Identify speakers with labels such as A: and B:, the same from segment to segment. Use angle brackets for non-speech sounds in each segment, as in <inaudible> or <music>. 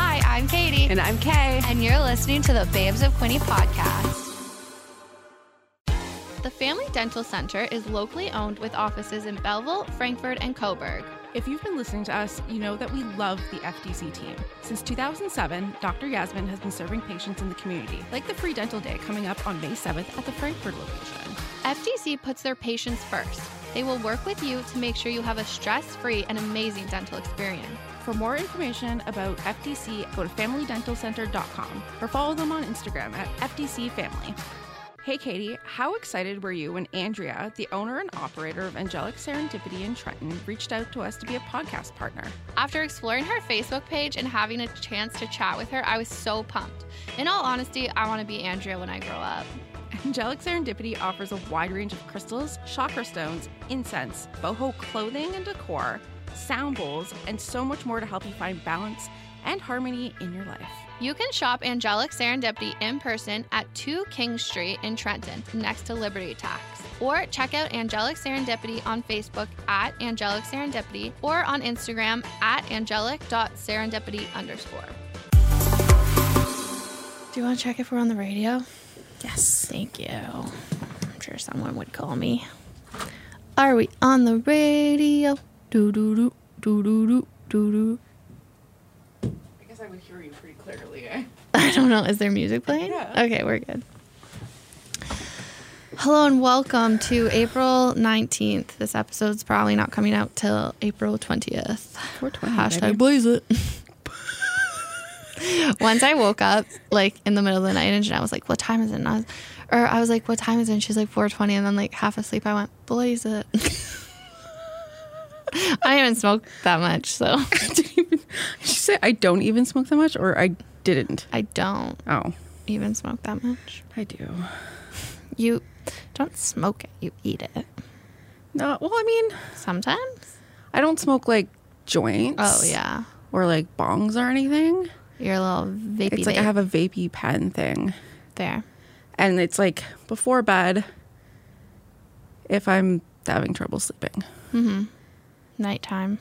A: I'm Katie.
B: And I'm Kay.
A: And you're listening to the Babes of Quinny podcast. The Family Dental Center is locally owned with offices in Belleville, Frankfort, and Coburg.
B: If you've been listening to us, you know that we love the FDC team. Since 2007, Dr. Yasmin has been serving patients in the community, like the free dental day coming up on May 7th at the Frankfurt location.
A: FDC puts their patients first. They will work with you to make sure you have a stress free and amazing dental experience.
B: For more information about FDC, go to familydentalcenter.com or follow them on Instagram at FDC Family. Hey Katie, how excited were you when Andrea, the owner and operator of Angelic Serendipity in Trenton, reached out to us to be a podcast partner?
A: After exploring her Facebook page and having a chance to chat with her, I was so pumped. In all honesty, I want to be Andrea when I grow up.
B: Angelic Serendipity offers a wide range of crystals, chakra stones, incense, boho clothing and decor, sound bowls, and so much more to help you find balance and harmony in your life.
A: You can shop Angelic Serendipity in person at 2 King Street in Trenton, next to Liberty Tax. Or check out Angelic Serendipity on Facebook at Angelic Serendipity or on Instagram at angelic.serendipity underscore. Do you want to check if we're on the radio?
C: Yes.
A: Thank you. I'm sure someone would call me. Are we on the radio? Do do do do do do do do.
B: I guess I would hear you pretty clearly. Eh?
A: <laughs> I don't know. Is there music playing?
B: Yeah.
A: Okay, we're good. Hello and welcome to April 19th. This episode's probably not coming out till April 20th.
B: 420, baby.
A: Hashtag blaze it. <laughs> Once I woke up like in the middle of the night and Janelle was like, What time is it? And I was, or I was like, What time is it? And she's like, 420. And then like half asleep, I went, Blaze it. <laughs> I haven't smoked that much, so
B: Did you say I don't even smoke that much, or I didn't?
A: I don't
B: Oh,
A: even smoke that much.
B: I do.
A: You don't smoke it, you eat it.
B: No, well, I mean,
A: Sometimes?
B: I don't smoke like joints.
A: Oh, yeah.
B: or like bongs or anything.
A: Your little vapey
B: It's like I
A: vape
B: have a vapey pen thing.
A: there.
B: And it's like before bed if I'm having trouble sleeping.
A: Nighttime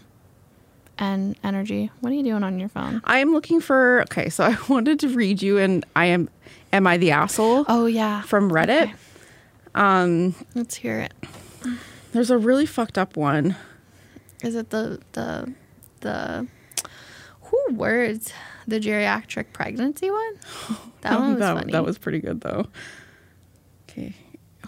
A: and energy. What are you doing on your phone?
B: I am looking for okay, so <laughs> I wanted to read you and I am am I the asshole
A: Oh, yeah.
B: from Reddit.
A: okay.
B: Um
A: Let's hear it.
B: there's a really fucked up one.
A: Is it the, the, the, who words? The geriatric pregnancy
B: <laughs>
A: one? That one was
B: that,
A: funny.
B: that was pretty good though. Okay,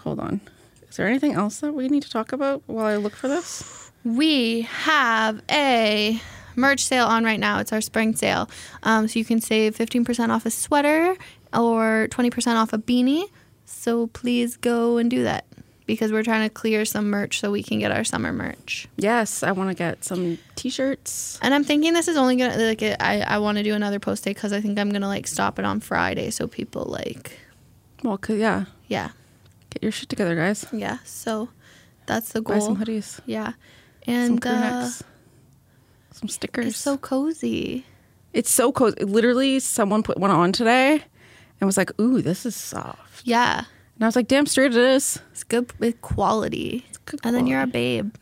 B: hold on. Is there anything else that we need to talk about while I look for this?
A: We have a merch sale on right now. It's our spring sale. Um, so you can save 15% off a sweater or 20% off a beanie. So please go and do that because we're trying to clear some merch so we can get our summer merch.
B: Yes, I want to get some t-shirts.
A: And I'm thinking this is only going to, like, I, I want to do another post day because I think I'm going to, like, stop it on Friday so people, like,
B: Well, 'cause- yeah,
A: yeah,
B: get your shit together, guys.
A: yeah. So that's the
B: Buy
A: goal.
B: some hoodies.
A: Yeah.
B: some
A: And uh,
B: crewnecks, some stickers.
A: it's so cozy.
B: it's so cozy. Literally, someone put one on today and was like, "Ooh, this is soft,"
A: Yeah.
B: and I was like, "Damn straight it is."
A: It's good with quality.
B: good
A: and then you're a babe.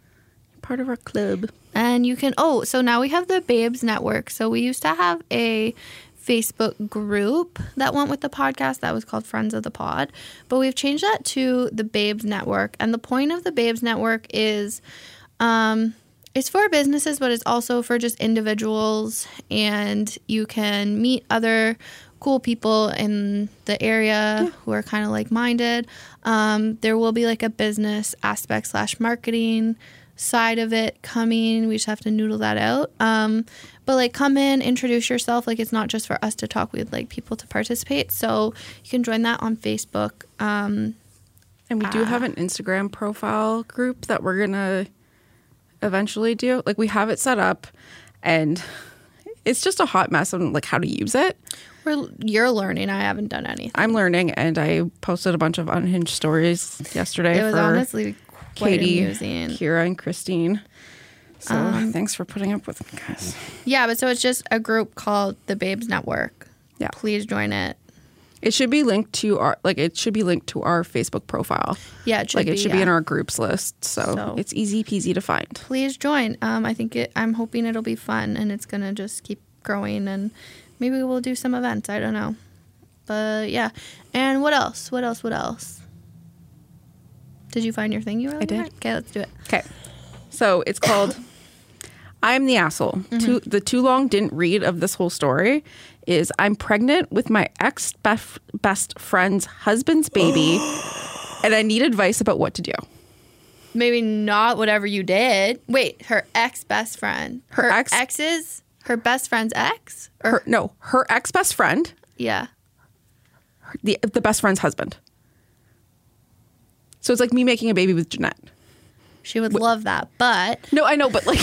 B: Part of our club.
A: And you can oh, so now we have the Babes Network. So we used to have a Facebook group that went with the podcast that was called Friends of the Pod, but we've changed that to the Babes Network. And the point of the Babes Network is um it's for businesses, but it's also for just individuals and you can meet other cool people in the area who are kind of like-minded. Um, there will be like a business aspect slash marketing side of it coming. We just have to noodle that out. Um, but like, come in, introduce yourself. Like, it's not just for us to talk. We'd like people to participate. So you can join that on Facebook. Um,
B: And we
A: Ah.
B: do have an Instagram profile group that we're gonna eventually do. Like, we have it set up, and it's just a hot mess on like how to use it.
A: we're, you're learning. I haven't done anything.
B: I'm learning, and I posted a bunch of unhinged stories yesterday
A: It was
B: for
A: honestly quite
B: Katie,
A: amusing. Um,
B: Kira, and Christine. So thanks for putting up with me, guys.
A: Yeah, but so it's just a group called the Babes Network.
B: Yeah.
A: Please join it.
B: It should be linked to our like it should be linked to our Facebook profile.
A: Yeah, it should
B: like
A: be,
B: it should be
A: yeah.
B: in our groups list. So,
A: So-
B: it's easy peasy to find.
A: Please join. Um, I think it, I'm hoping it'll be fun and it's going to just keep growing and maybe we'll do some events. I don't know. But yeah. And what else? What else? What else? Did you find your thing you were looking
B: did.
A: at? Okay, let's do it.
B: Okay. So it's called I'm the asshole.
A: Mm-hmm.
B: Too, the too long didn't read of this whole story is I'm pregnant with my ex bef- best friend's
A: <gasps>
B: husband's baby and I need advice about what to do.
A: Maybe not whatever you did. Wait, her ex best friend.
B: Her ex-
A: ex's her best friend's ex? Or
B: Her, no, her ex best friend,
A: yeah.
B: the, the best friend's husband. So it's like me making a baby with Jeanette.
A: She would love that. But
B: No, I know, but like,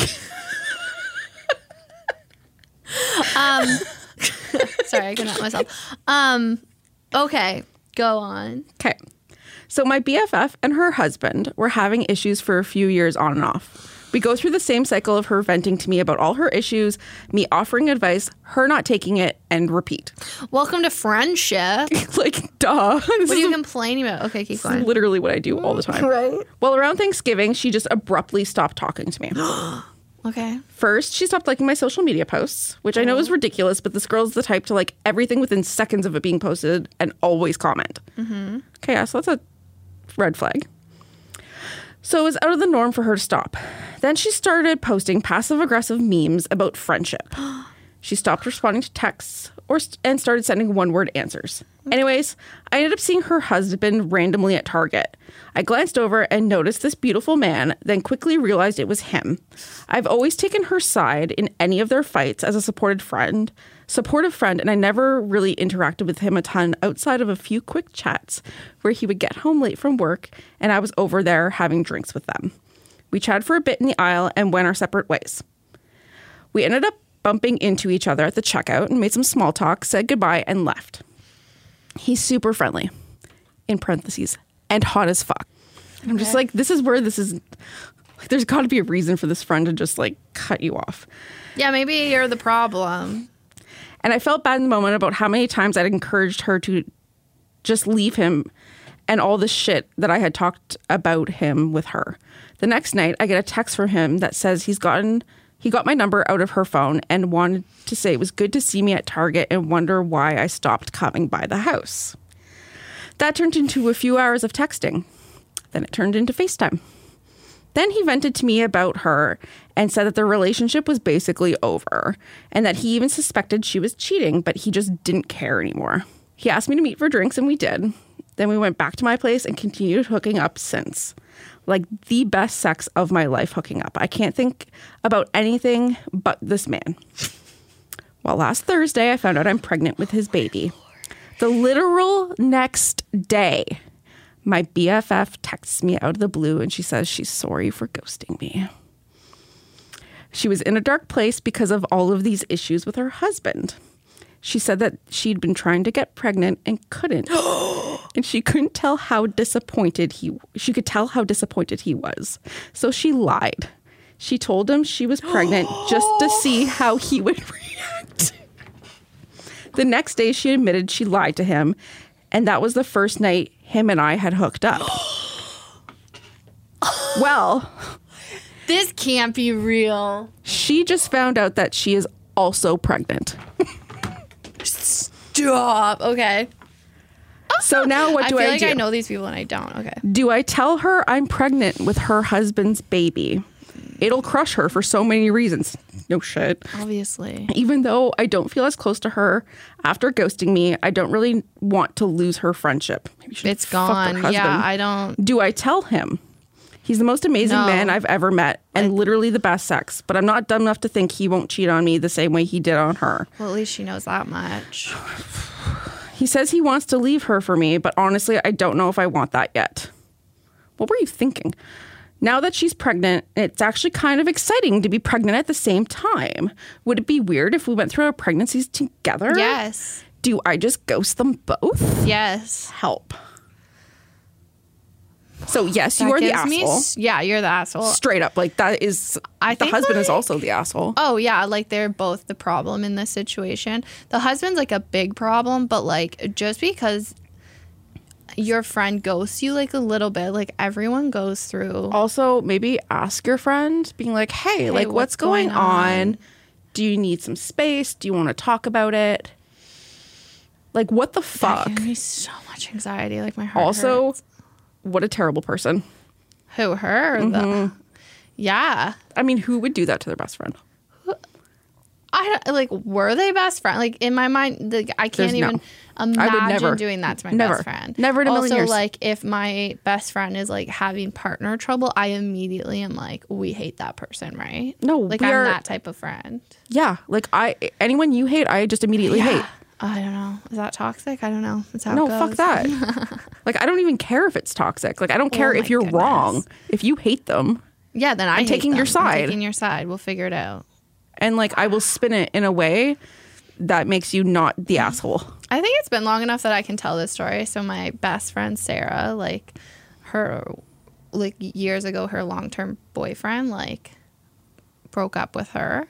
A: um sorry, I couldn't help myself. Um okay, go on.
B: <laughs> okay. So my BFF and her husband were having issues for a few years on and off. We go through the same cycle of her venting to me about all her issues, me offering advice, her not taking it, and repeat. <laughs>
A: Welcome to friendship.
B: like, duh. <laughs> This
A: What are
B: is
A: you complaining about? Okay, keep going.
B: literally what I do all the time.
A: Right.
B: Well, around Thanksgiving, she just abruptly stopped talking to me.
A: Okay.
B: First, she stopped liking my social media posts, which I know is ridiculous, but this girl's the type to like everything within seconds of it being posted and always comment. Mm-hmm. Okay, yeah, so that's a red flag. So it was out of the norm for her to stop. Then she started posting passive aggressive memes about friendship. she stopped responding to texts or st- and started sending one word answers. Anyways, I ended up seeing her husband randomly at Target. I glanced over and noticed this beautiful man, then quickly realized it was him. I've always taken her side in any of their fights as a supported friend, supportive friend, and I never really interacted with him a ton outside of a few quick chats where he would get home late from work and I was over there having drinks with them. We chatted for a bit in the aisle and went our separate ways. We ended up bumping into each other at the checkout and made some small talk, said goodbye, and left. He's super friendly, in parentheses, and hot as fuck. And I'm just like, this is where this is. Like, there's got to be a reason for this friend to just like cut you off.
A: Yeah, maybe you're the problem.
B: And I felt bad in the moment about how many times I'd encouraged her to just leave him and all the shit that I had talked about him with her. The next night, I get a text from him that says he's gotten he got my number out of her phone and wanted to say it was good to see me at Target and wonder why I stopped coming by the house. That turned into a few hours of texting. Then it turned into FaceTime. Then he vented to me about her and said that their relationship was basically over and that he even suspected she was cheating, but he just didn't care anymore. He asked me to meet for drinks and we did. Then we went back to my place and continued hooking up since. Like the best sex of my life hooking up. I can't think about anything but this man. Well, last Thursday, I found out I'm pregnant with his baby. The literal next day, my BFF texts me out of the blue and she says she's sorry for ghosting me. She was in a dark place because of all of these issues with her husband. She said that she'd been trying to get pregnant and couldn't. and she couldn't tell how disappointed he she could tell how disappointed he was. So she lied. She told him she was pregnant just to see how he would <laughs> react. The next day, she admitted she lied to him, and that was the first night him and I had
A: <gasps>
B: hooked up. well,
A: This can't be real.
B: she just found out that she is also pregnant.
A: Stop. Okay.
B: So now what
A: Oh, I
B: do
A: feel
B: I,
A: like
B: do?
A: I know these people and I don't. Okay.
B: Do I tell her I'm pregnant with her husband's baby? It'll crush her for so many reasons. No shit.
A: Obviously.
B: Even though I don't feel as close to her after ghosting me, I don't really want to lose her friendship. Maybe she
A: It's
B: fucked her
A: gone. Yeah,
B: husband.
A: I don't.
B: do I tell him? He's the most amazing
A: No.
B: man I've ever met and literally the best sex, but I'm not dumb enough to think he won't cheat on me the same way he did on her.
A: Well, at least she knows that much.
B: He says he wants to leave her for me, but honestly, I don't know if I want that yet. What were you thinking? Now that she's pregnant, it's actually kind of exciting to be pregnant at the same time. Would it be weird if we went through our pregnancies together?
A: Yes.
B: Do I just ghost them both?
A: Yes.
B: Help. So, yes, you
A: That
B: are the
A: gives me
B: asshole.
A: s- yeah, you're the asshole.
B: straight up like that is
A: I
B: the
A: think,
B: husband is
A: like-
B: also the asshole
A: Oh yeah, like they're both the problem in this situation. The husband's like a big problem, but like just because your friend ghosts you like a little bit, like everyone goes through.
B: also maybe ask your friend being like hey, like what's,
A: what's
B: going,
A: going
B: on? Do you need some space? Do you want to talk about it? Like, what the
A: That
B: fuck?
A: gives me so much anxiety. Like my heart.
B: Also,
A: hurts.
B: what a terrible person.
A: who her? or The, yeah,
B: I mean, who would do that to their best friend?
A: I don't like. Were they best friend? Like in my mind, like I can't
B: There's no-
A: even
B: would
A: imagine
B: never-
A: doing that to my
B: never.
A: best friend.
B: Never in a
A: also,
B: million years.
A: like if my best friend is like having partner trouble, I immediately am like, we hate that person, right?
B: No,
A: like
B: we
A: I'm
B: are-
A: that type of friend.
B: Yeah, like I anyone you hate, I just immediately hate.
A: I don't know. Is that toxic? I don't know. That's how it
B: No,
A: goes. Oh <laughs>
B: fuck that. like I don't even care if it's toxic. Like I don't care if
A: my
B: you're
A: goodness.
B: wrong. If you hate them,
A: Yeah, then I hate
B: taking your
A: them. I'm
B: side.
A: taking your side. We'll figure it out.
B: and like I will spin it in a way that makes you not the
A: Mm-hmm.
B: asshole.
A: I think it's been long enough that I can tell this story. So my best friend Sarah, like her like years ago her long-term boyfriend like broke up with her.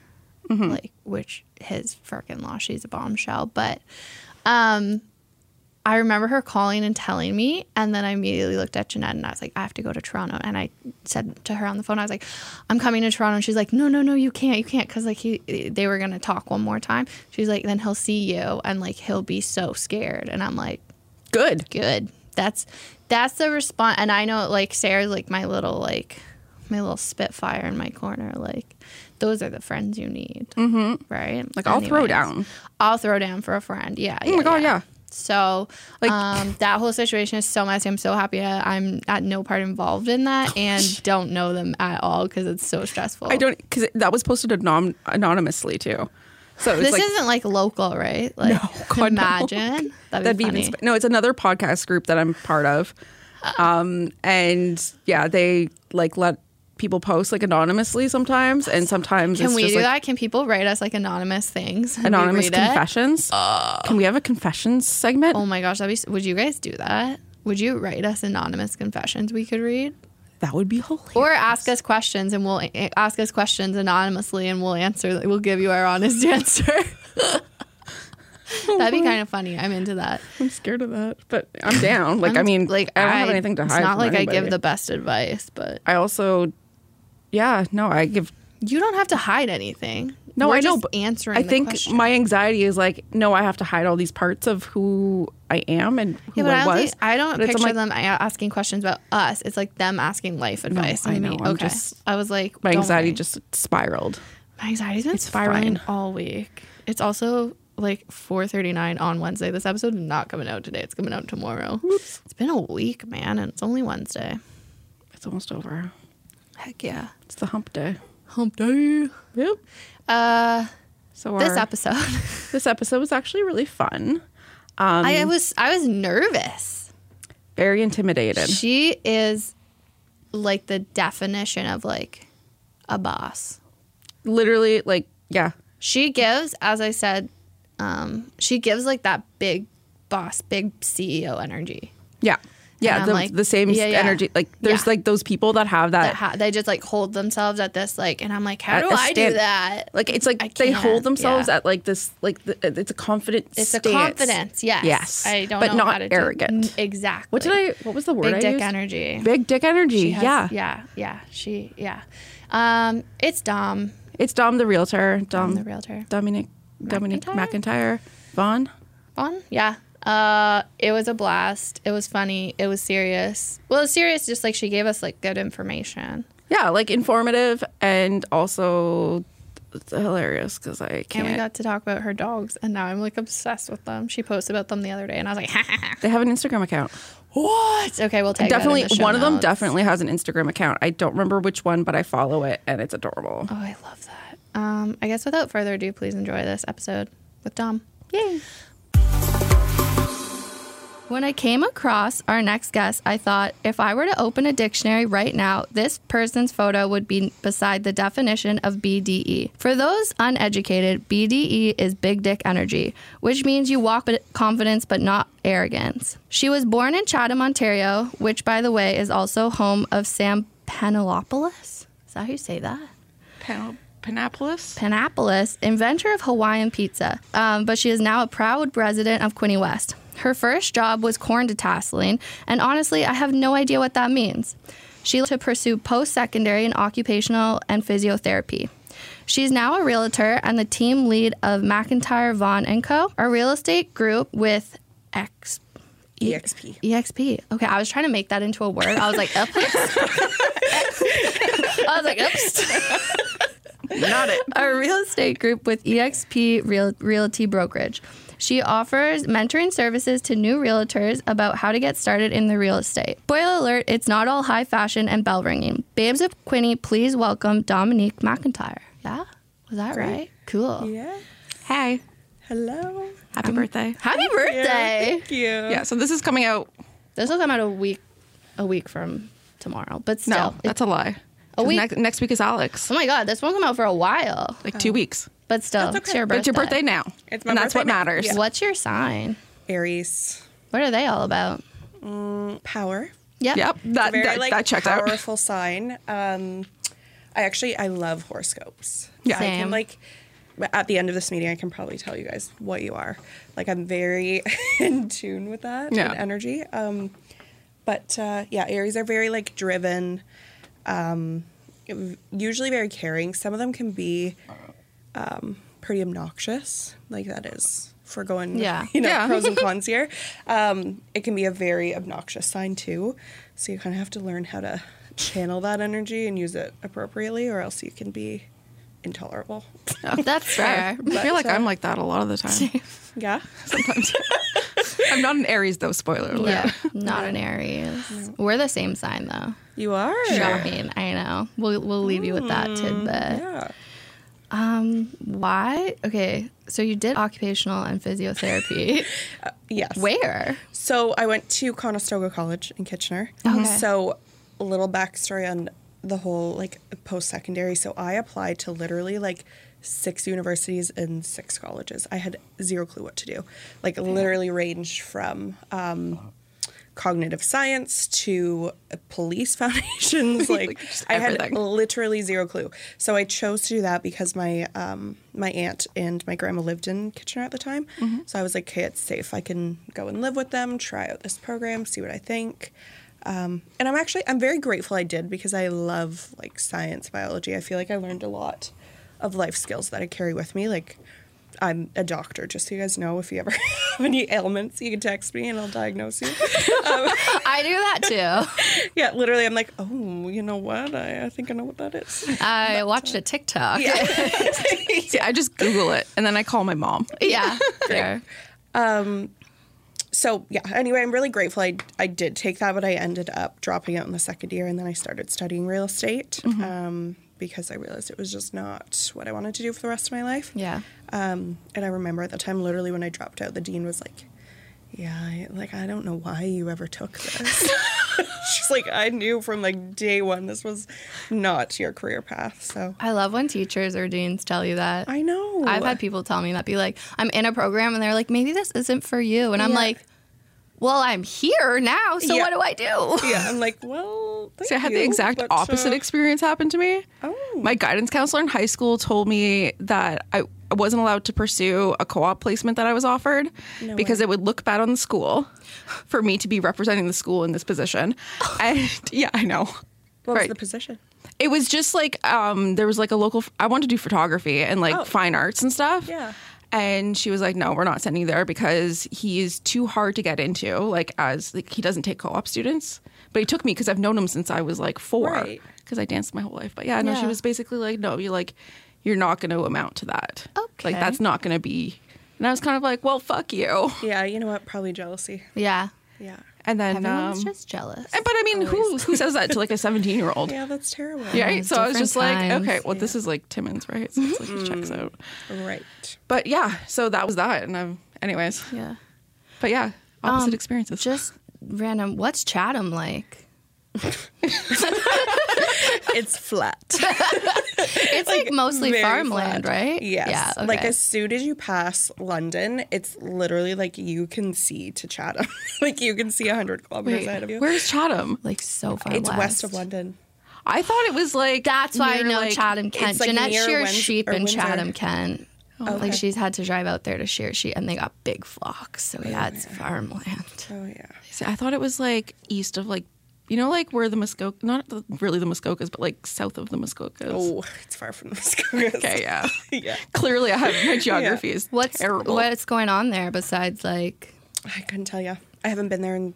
A: Like which his freaking loss. She's a bombshell, but um I remember her calling and telling me, and then I immediately looked at Jeanette and I was like, I have to go to Toronto. And I said to her on the phone, I was like, I'm coming to Toronto. And she's like, No, no, no, you can't, you can't, because like he, they were gonna talk one more time. She's like, Then he'll see you, and like he'll be so scared. And I'm like,
B: Good.
A: Good. That's that's the response. And I know like Sarah's like my little like my little spitfire in my corner. Like those are the friends you need, mm-hmm. right?
B: Like, I'll throw
A: Anyways.
B: down.
A: I'll throw down for a friend. Yeah.
B: my God, yeah.
A: So, um, that whole situation is so messy. I'm so happy I- I'm at no part involved in that
B: <laughs>
A: and don't know them at all because it's so stressful.
B: I don't because that was posted anon- anonymously too. So it's
A: This
B: like
A: isn't like local, right? Like,
B: No, God, no. <laughs>
A: imagine that'd be,
B: that'd be
A: funny.
B: even sp- no. It's another podcast group that I'm part of, um, and yeah, they like let people post like anonymously sometimes, and sometimes
A: Can
B: it's
A: we do
B: just, like,
A: that? Can people write us like anonymous things? and we
B: anonymous
A: read it? Uh.
B: confessions. Can we have a confessions segment?
A: Oh my gosh, that'd be. s- Would you guys do that? Would you write us anonymous confessions we could read?
B: That would be hilarious.
A: Or ask us questions and we'll a- ask us questions anonymously and we'll answer. We'll give you our honest <laughs> answer. That'd be kind of funny. I'm into that.
B: I'm scared of that, but I'm down. Like i mean, like I don't have anything to hide.
A: It's not
B: from
A: like I give
B: anybody.
A: the best advice, but
B: I also, yeah, no, I give.
A: you don't have to hide anything.
B: No,
A: We're
B: I know,
A: just
B: but
A: answering.
B: I
A: the
B: think
A: question.
B: my anxiety is like, no, I have to hide all these parts of who I am and
A: Yeah,
B: who
A: but I,
B: I,
A: don't
B: was.
A: think, I don't
B: But it's- I'm
A: picture
B: like-
A: them a- asking questions about us. It's like them asking life advice.
B: I
A: and
B: know,
A: Me.
B: I'm
A: okay.
B: just-
A: I was like,
B: My
A: don't
B: anxiety
A: worry.
B: just spiraled.
A: My anxiety's been spiraling
B: fine.
A: all week. It's also like 4:39 on Wednesday. This episode is not coming out today. It's coming out tomorrow. It's been a week, man, and it's only Wednesday.
B: It's almost over.
A: Heck yeah.
B: It's the hump day.
A: Hump day.
B: Yep.
A: Uh,
B: So
A: this
B: our-
A: episode, <laughs>
B: this episode was actually really fun. Um,
A: I was I was nervous.
B: Very intimidated.
A: She is like the definition of like a boss.
B: Literally, like, yeah,
A: She gives, as I said, um, she gives like that big boss, big CEO energy.
B: yeah,
A: And
B: yeah.
A: I'm
B: The,
A: like,
B: the same
A: yeah, yeah.
B: energy. Like, there's
A: Yeah.
B: like those people that have that.
A: that ha- they just like hold themselves at this like and i'm like how
B: At
A: do
B: a
A: i do
B: stand-
A: that
B: like it's like
A: I
B: they
A: can't,
B: hold themselves
A: yeah.
B: at like this like the, it's a confident
A: it's
B: stance.
A: a confidence yes
B: Yes,
A: i don't
B: but
A: know
B: not
A: how to do
B: arrogant.
A: N- exactly
B: What did I? What was the word?
A: big
B: I
A: dick
B: used?
A: energy
B: Big dick energy.
A: She has-
B: yeah.
A: yeah yeah she yeah um it's dumb
B: it's Dom the realtor.
A: i'm
B: Dom,
A: the realtor
B: Dominic Dominic
A: McIntyre?
B: McIntyre Vaughn.
A: on yeah uh it was a blast it was funny it was serious well it's serious just like she gave us like good information
B: Yeah, like informative and also hilarious because I
A: and
B: can't.
A: we got to talk about her dogs and now i'm like obsessed with them she posted about them the other day and i was like <laughs>
B: they have an Instagram account.
A: what okay we'll take
B: definitely,
A: that in the show
B: one of them
A: notes.
B: definitely has an Instagram account. I don't remember which one, but I follow it and it's adorable.
A: Oh, I love that. Um, I guess without further ado, please enjoy this episode with Dom.
B: Yay!
A: When I came across our next guest, I thought if I were to open a dictionary right now, this person's photo would be beside the definition of BDE. For those uneducated, BDE is big dick energy, which means you walk with confidence but not arrogance. She was born in Chatham, Ontario, which, by the way, is also home of Sam Panelopoulos. Is that how you say that?
B: Pan- Panapolis.
A: Oh, Panapolis, inventor of Hawaiian pizza, um, but she is now a proud resident of Quinney West. Her first job was corn detasseling, and honestly, I have no idea what that means. She to pursue post secondary and occupational and physiotherapy. She's now a realtor and the team lead of McIntyre Vaughn and Co, a real estate group with X.
C: EXP.
A: EXP. Okay, I was trying to make that into a word. I was like, oops. <laughs> I was like, oops.
C: Not it.
A: a real estate group with EXP Real- Realty Brokerage. She offers mentoring services to new realtors about how to get started in the real estate. Spoiler alert, it's not all high fashion and bell ringing. Babes of Quinny, please welcome Dominique McIntyre. Yeah? Was that right? Cool.
C: Yeah.
B: Hey.
C: Hello.
B: Happy birthday.
A: Happy birthday.
C: Thank you.
B: Um, Yeah, so this is coming out.
A: This will come out a week a week from tomorrow. But
B: No,
A: still. it-
B: that's a lie.
A: A
B: 'Cause
A: week-
B: Next, next week is Alex.
A: oh my god, this won't come out for a while.
B: Like two weeks.
A: But still,
C: That's
A: it's
C: okay.
A: your
B: But
A: birthday.
B: it's your birthday now.
C: It's my
B: and that's what
C: birthday now.
B: matters.
C: Yeah.
A: What's your sign?
C: Aries.
A: What are they all about?
C: Power.
A: Yep.
B: Yep. That,
C: Very
B: Uh, that,
C: like
B: that checks out.
C: powerful sign. Um, I actually I love horoscopes.
B: Yeah.
C: I
A: Same.
C: can like at the end of this meeting I can probably tell you guys what you are. Like I'm very <laughs> in tune with that
B: Yeah.
C: and energy. Um, but uh, yeah, Aries are very like driven. Um, usually very caring. Some of them can be um, pretty obnoxious. Like that is for going
A: Yeah.
C: <laughs> you know
B: Yeah.
C: pros and cons here. Um, it can be a very obnoxious sign too, so you kind of have to learn how to channel that energy and use it appropriately, or else you can be intolerable. <laughs>
A: Oh, <laughs> That's fair.
B: <laughs> I feel like I'm like that a lot of the
C: <laughs>
B: time.
C: Yeah,
B: Sometimes. I'm not an Aries though, spoiler
C: <laughs>
B: alert.
A: Yeah, not an Aries. We're the same sign though.
C: you are.
A: Shocking, I know. We'll we'll leave you with that tidbit.
C: Yeah.
A: Um, why? Okay, so you did occupational and <laughs> physiotherapy.
C: Yes.
A: Where?
C: So I went to Conestoga College in Kitchener.
A: Okay.
C: So a little backstory on the whole like post secondary. So I applied to literally like six universities and six colleges. I had zero clue what to do. Like literally ranged from um, cognitive science to uh, police <laughs> foundations.
B: <laughs>
C: Like,
B: Like, just
C: I had
B: everything.
C: literally zero clue. So I chose to do that because my um, my aunt and my grandma lived in Kitchener at the time.
B: Mm-hmm.
C: So I was like, okay, it's safe. I can go and live with them, try out this program, see what I think. Um, and I'm actually I'm very grateful I did because I love like science biology. I feel like I learned a lot of life skills that I carry with me. Like I'm a doctor, just so you guys know. If you ever <laughs> have any ailments, you can text me and I'll diagnose you.
B: <laughs>
A: Oh, I do that too.
C: <laughs> yeah, literally, I'm like, oh, you know what? I, I think I know what that is.
A: <laughs> I watched a TikTok. <laughs> Yeah,
C: Yeah.
B: See, I just Google it and then I call my mom.
A: fair.
C: so yeah anyway i'm really grateful I, I did take that but i ended up dropping out in the second year and then i started studying real estate
A: Mm-hmm.
C: um, because i realized it was just not what i wanted to do for the rest of my life
A: Yeah.
C: um, and i remember at the time literally when i dropped out the dean was like yeah I, like i don't know why you ever
A: <laughs>
C: took this <laughs> she's like i knew from like day one this was not your career path so
A: I love when teachers or deans tell you that.
C: i know
A: I've had people tell me that be like, I'm in a program and they're like, maybe this isn't for you. And I'm
C: Yeah.
A: like, well, I'm here now, so
C: Yeah.
A: what do I do?
C: yeah i'm like well
B: See, I
C: thank
B: had
C: you,
B: the exact
C: but, uh,
B: opposite experience happen to me.
C: oh
B: My guidance counselor in high school told me that I I wasn't allowed to pursue a co op placement that I was offered because it would look bad on the school for me to be representing the school in this position.
C: <laughs>
B: and yeah, I know.
C: what was
B: Right.
C: the position
B: It was just like um, there was like a local. I wanted to do photography and like
C: Oh.
B: fine arts and stuff.
C: Yeah.
B: And she was like, "No, we're not sending you there because he is too hard to get into. Like, as like he doesn't take co-op students, but he took me because I've known him since I was like four
C: Right.
B: because I danced my whole life. But yeah, no,
A: Yeah.
B: she was basically like, "No, you're like, you're not going to amount to that.
A: Okay.
B: Like that's not going to be." And I was kind of like, "Well, fuck you."
C: yeah you know what probably jealousy
A: <laughs> Yeah.
C: Yeah.
B: And then, um,
A: Everyone's just jealous.
B: and- but I mean, who who says that to
A: <laughs>
B: like a seventeen year old?
C: Yeah, that's terrible.
B: right? So I was
A: different
B: just like,
A: times.
B: okay, well, this is like Timmins, right? So it's like it checks
C: Mm-hmm.
B: out.
C: Right.
B: But yeah, so that was that. And I'm, anyways,
A: yeah.
B: but yeah, opposite
A: Um,
B: experiences.
A: Just random. What's Chatham like?
C: It's flat.
A: It's like, mostly
C: Very
A: farmland,
C: flat.
A: right?
C: Yes.
A: Yeah. Okay.
C: Like as soon as you pass London, it's literally like you can see to Chatham. <laughs> like you can see 100 kilometers
B: Wait,
C: ahead of you.
B: where's Chatham?
A: like so far.
C: it's west of London.
B: I thought it was like
A: That's why I
B: near,
A: know
B: like-
A: Chatham Kent.
C: it's, like,
A: Jeanette
C: near
A: shears
C: Winds-
A: sheep
C: or
A: in
C: Windsor. Oh,
A: Chatham Kent.
C: okay.
A: Like she's had to drive out there to shear sheep, and they got big flocks. So yeah, it's farmland.
C: Oh, yeah.
B: See, I thought it was like east of like You know, like where the Muskoka, not the, really the Muskokas, but like south of the Muskokas.
C: Oh, it's far from the Muskokas.
B: Okay, yeah.
C: <laughs>
B: <laughs>
C: yeah.
B: Clearly, I have my geography is
A: What's
B: terrible.
A: what's going on there besides like
C: I couldn't tell you. I haven't been there in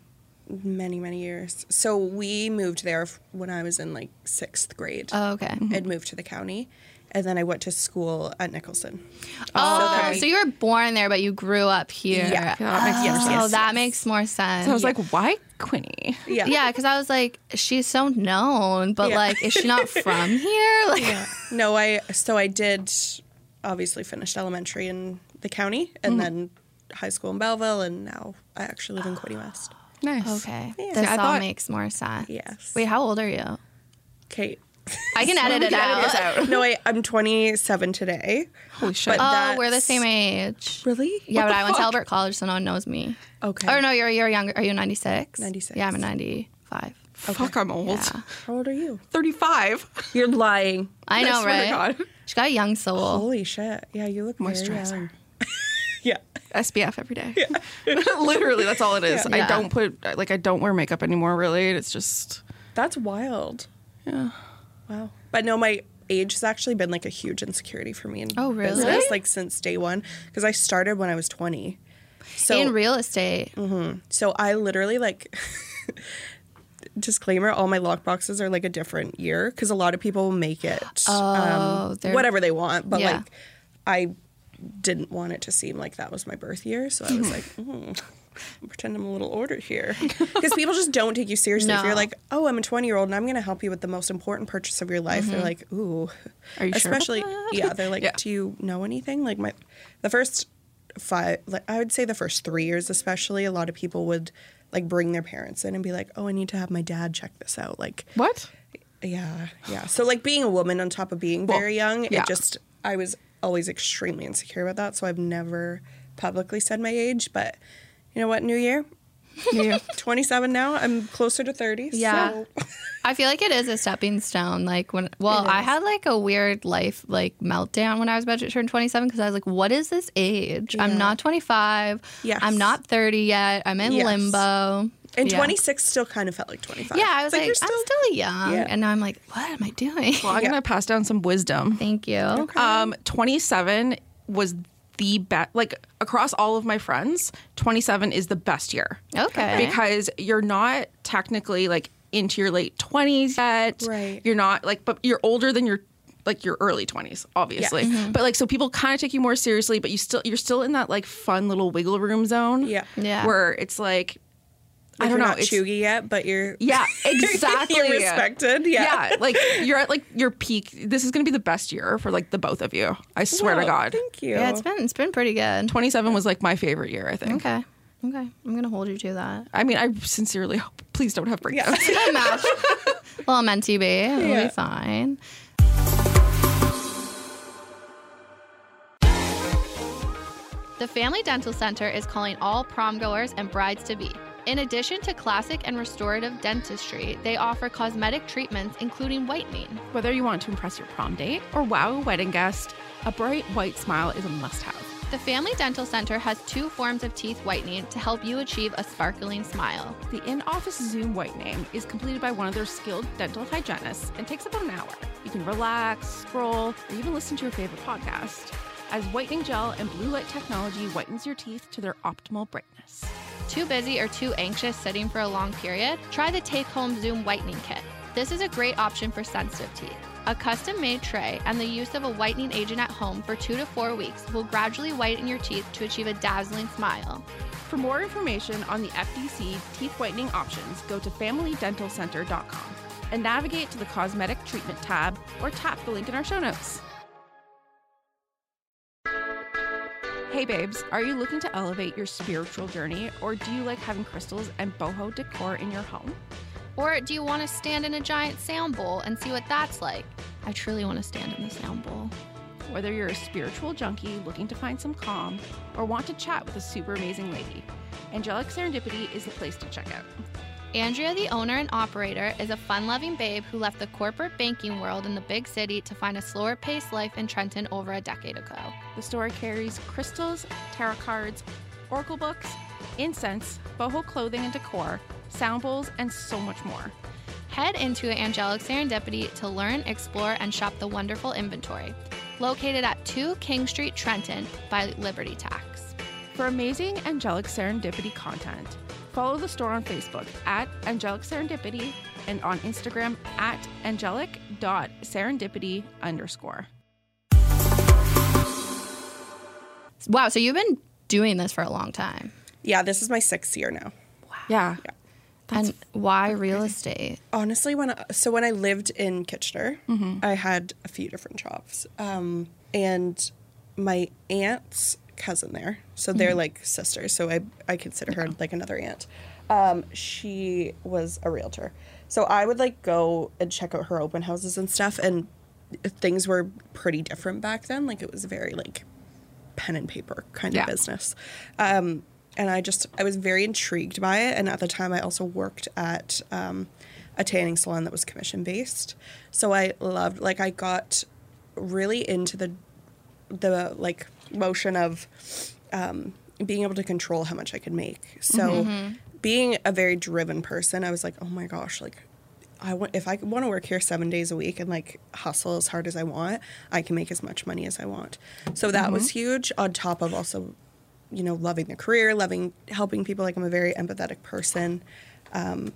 C: many, many years. So we moved there f- when I was in like sixth grade.
A: oh, okay.
C: I'd moved to the county. And then I went to school at Nicholson.
A: Oh,
C: Okay.
A: so you were born there, but you grew up here.
C: Yeah.
B: That makes
A: oh,
C: more sense.
A: that
C: Yes.
A: makes more sense.
B: So I was like, why Quinny?
C: Yeah.
A: yeah, because I was like, she's so known, but
C: Yeah.
A: like, is she not from here? <laughs> Like,
C: Yeah. No, I so I did obviously finished elementary in the county and
A: Mm-hmm.
C: then high school in Belleville and now I actually live in Quinny West.
B: Nice.
A: okay,
C: Yeah.
A: this
B: I
A: all
B: thought-
A: makes more sense.
C: Yes.
A: Wait, how old are you?
C: Kate.
A: I
C: <laughs>
A: can edit it out.
C: no, I I'm 27 today.
B: Holy shit.
A: Oh,
C: But-
A: we're the
C: That's-
A: same age.
C: Really?
A: Yeah, but
B: the
A: I went to
B: fuck?
A: Albert College, so no one knows me.
C: Okay.
A: Or no, you're you're younger. Are you 96?
C: 96.
A: Yeah, I'm a 95.
B: Fuck, I'm old.
A: Yeah.
C: How old are you?
B: 35.
C: You're lying.
A: I know,
B: swear to
A: right?
B: God.
A: She got a young soul.
C: Holy shit. Yeah, you look very
B: Moisturizer.
C: young. yeah.
B: SPF every day. <laughs> Literally, that's all it is.
A: Yeah.
B: I don't put, like, I don't wear makeup anymore, really. It's just,
C: That's wild.
B: yeah.
C: Wow. But no, my age has actually been like a huge insecurity for me in
A: Oh, really?
C: business,
A: Really?
C: like since day one, because I started when I was 20. So,
A: in real estate.
C: Mm-hmm. so I literally like. <laughs> Disclaimer: All my lock boxes are like a different year because a lot of people make it um,
A: Oh, they're-
C: whatever they want, but
A: Yeah.
C: like I didn't want it to seem like that was my birth year, so I
A: <laughs>
C: was like, hmm, pretend I'm a little older here <laughs> because people just don't take you seriously. If
A: No.
C: you're like, oh, I'm a 20 year old and I'm going to help you with the most important purchase of your life,
A: Mm-hmm.
C: they're like, ooh,
B: Are you sure about
C: especially yeah, they're like,
B: Yeah.
C: do you know anything? Like my the first five, like I would say the first three years especially, a lot of people would like bring their parents in and be like, oh, I need to have my dad check this out, like.
B: What?
C: Yeah, yeah. So like being a woman on top of being
B: Well,
C: very young,
B: yeah.
C: it just I was always extremely insecure about that. So I've never publicly said my age, but you know what? New year, new <laughs> year. Twenty seven now. I'm closer to thirty.
A: Yeah.
C: So.
A: I feel like it is a stepping stone. Like when, well, I had like a weird life like meltdown when I was about to turn 27 because I was like, what is this age? I'm
C: Yeah.
A: not 25.
C: Yes.
A: I'm not 30 yet. I'm in
C: Yes.
A: limbo.
C: And
A: Yeah.
C: twenty six still kind of felt like twenty five.
A: Yeah, I was like,
C: you're still,
A: I'm still young.
C: Yeah.
A: And now I'm like, what am I doing?
B: Well, I'm
C: Yeah.
B: going to pass down some wisdom.
A: <laughs> Thank you.
B: Um, 27 was the best. Like across all of my friends, 27 is the best year.
A: Okay.
B: Because you're not technically like into your late 20s yet.
C: Right.
B: You're not like, but you're older than your like your early 20s obviously
C: Mm-hmm.
B: but like so people kind of take you more seriously but you still you're still in that like fun little wiggle room zone
C: Yeah.
A: Yeah.
B: where it's like, i don't
C: like, you're
B: know
C: not
B: it's-
C: chuggy yet, but <laughs> you're
B: yeah, exactly.
C: You're respected, yeah. <laughs>
B: like you're at like your peak. This is gonna be the best year for like the both of you. I swear to
C: Wow,
B: God.
C: Thank you.
A: yeah, it's been it's been pretty good.
B: Twenty seven was like my favorite year, I think.
A: Okay. Okay. I'm gonna hold you to that.
C: Mm-hmm.
B: I mean, I sincerely hope please don't have breakdowns.
A: <laughs> Mash. Little mentee babe. It'll
C: Yeah.
A: be fine. The Family Dental Center is calling all prom goers and brides to be. In addition to classic and restorative dentistry, they offer cosmetic treatments, including whitening.
B: Whether you want to impress your prom date or wow a wedding guest, a bright white smile is a must have.
A: The Family Dental Center has two forms of teeth whitening to help you achieve a sparkling smile.
B: The in office Zoom whitening is completed by one of their skilled dental hygienists and takes about an hour. You can relax, scroll, or even listen to your favorite podcast, as whitening gel and blue light technology whitens your teeth to their optimal brightness.
A: Too busy or too anxious sitting for a long period? Try the Take Home Zoom Whitening Kit. This is a great option for sensitive teeth. A custom made tray and the use of a whitening agent at home for two to four weeks will gradually whiten your teeth to achieve a dazzling smile.
B: For more information on the FDC teeth whitening options, go to FamilyDentalCenter.com and navigate to the Cosmetic Treatment tab or tap the link in our show notes. Hey babes, are you looking to elevate your spiritual journey or do you like having crystals and boho decor in your home?
A: Or do you want to stand in a giant sound bowl and see what that's like? I truly want to stand in the sound bowl.
B: Whether you're a spiritual junkie looking to find some calm or want to chat with a super amazing lady, Angelic Serendipity is the place to check out.
A: Andrea, the owner and operator, is a fun loving babe who left the corporate banking world in the big city to find a slower paced life in Trenton over a decade ago.
B: The store carries crystals, tarot cards, oracle books, incense, boho clothing and decor, sound bowls, and so much more.
A: Head into Angelic Serendipity to learn, explore, and shop the wonderful inventory. Located at 2 King Street, Trenton, by Liberty Tax.
B: For amazing Angelic Serendipity content, follow the store on Facebook at Angelic Serendipity and on Instagram at angelic.serendipity underscore.
A: Wow, so you've been doing this for a long time.
C: <laughs> Yeah, this is my sixth year now.
B: Yeah.
A: and why real estate?
C: honestly when I, so when i lived in kitchener
B: Mm-hmm.
C: i had a few different jobs um, and my aunt's cousin there so
B: Mm-hmm.
C: they're like sisters so i, I consider her like another aunt um, she was a realtor so i would like go and check out her open houses and stuff and things were pretty different back then like it was very like pen and paper kind
B: Yeah.
C: of business um, and I just I was very intrigued by it. And at the time, I also worked at um, a tanning salon that was commission based, so I loved like I got really into the the like motion of um, being able to control how much I could make. So being a very driven person, I was like, oh my gosh, like. I want if I want to work here seven days a week and like hustle as hard as I want, I can make as much money as I want. So that was huge. On top of also you know, loving the career, loving helping people. Like I'm a very empathetic person, um,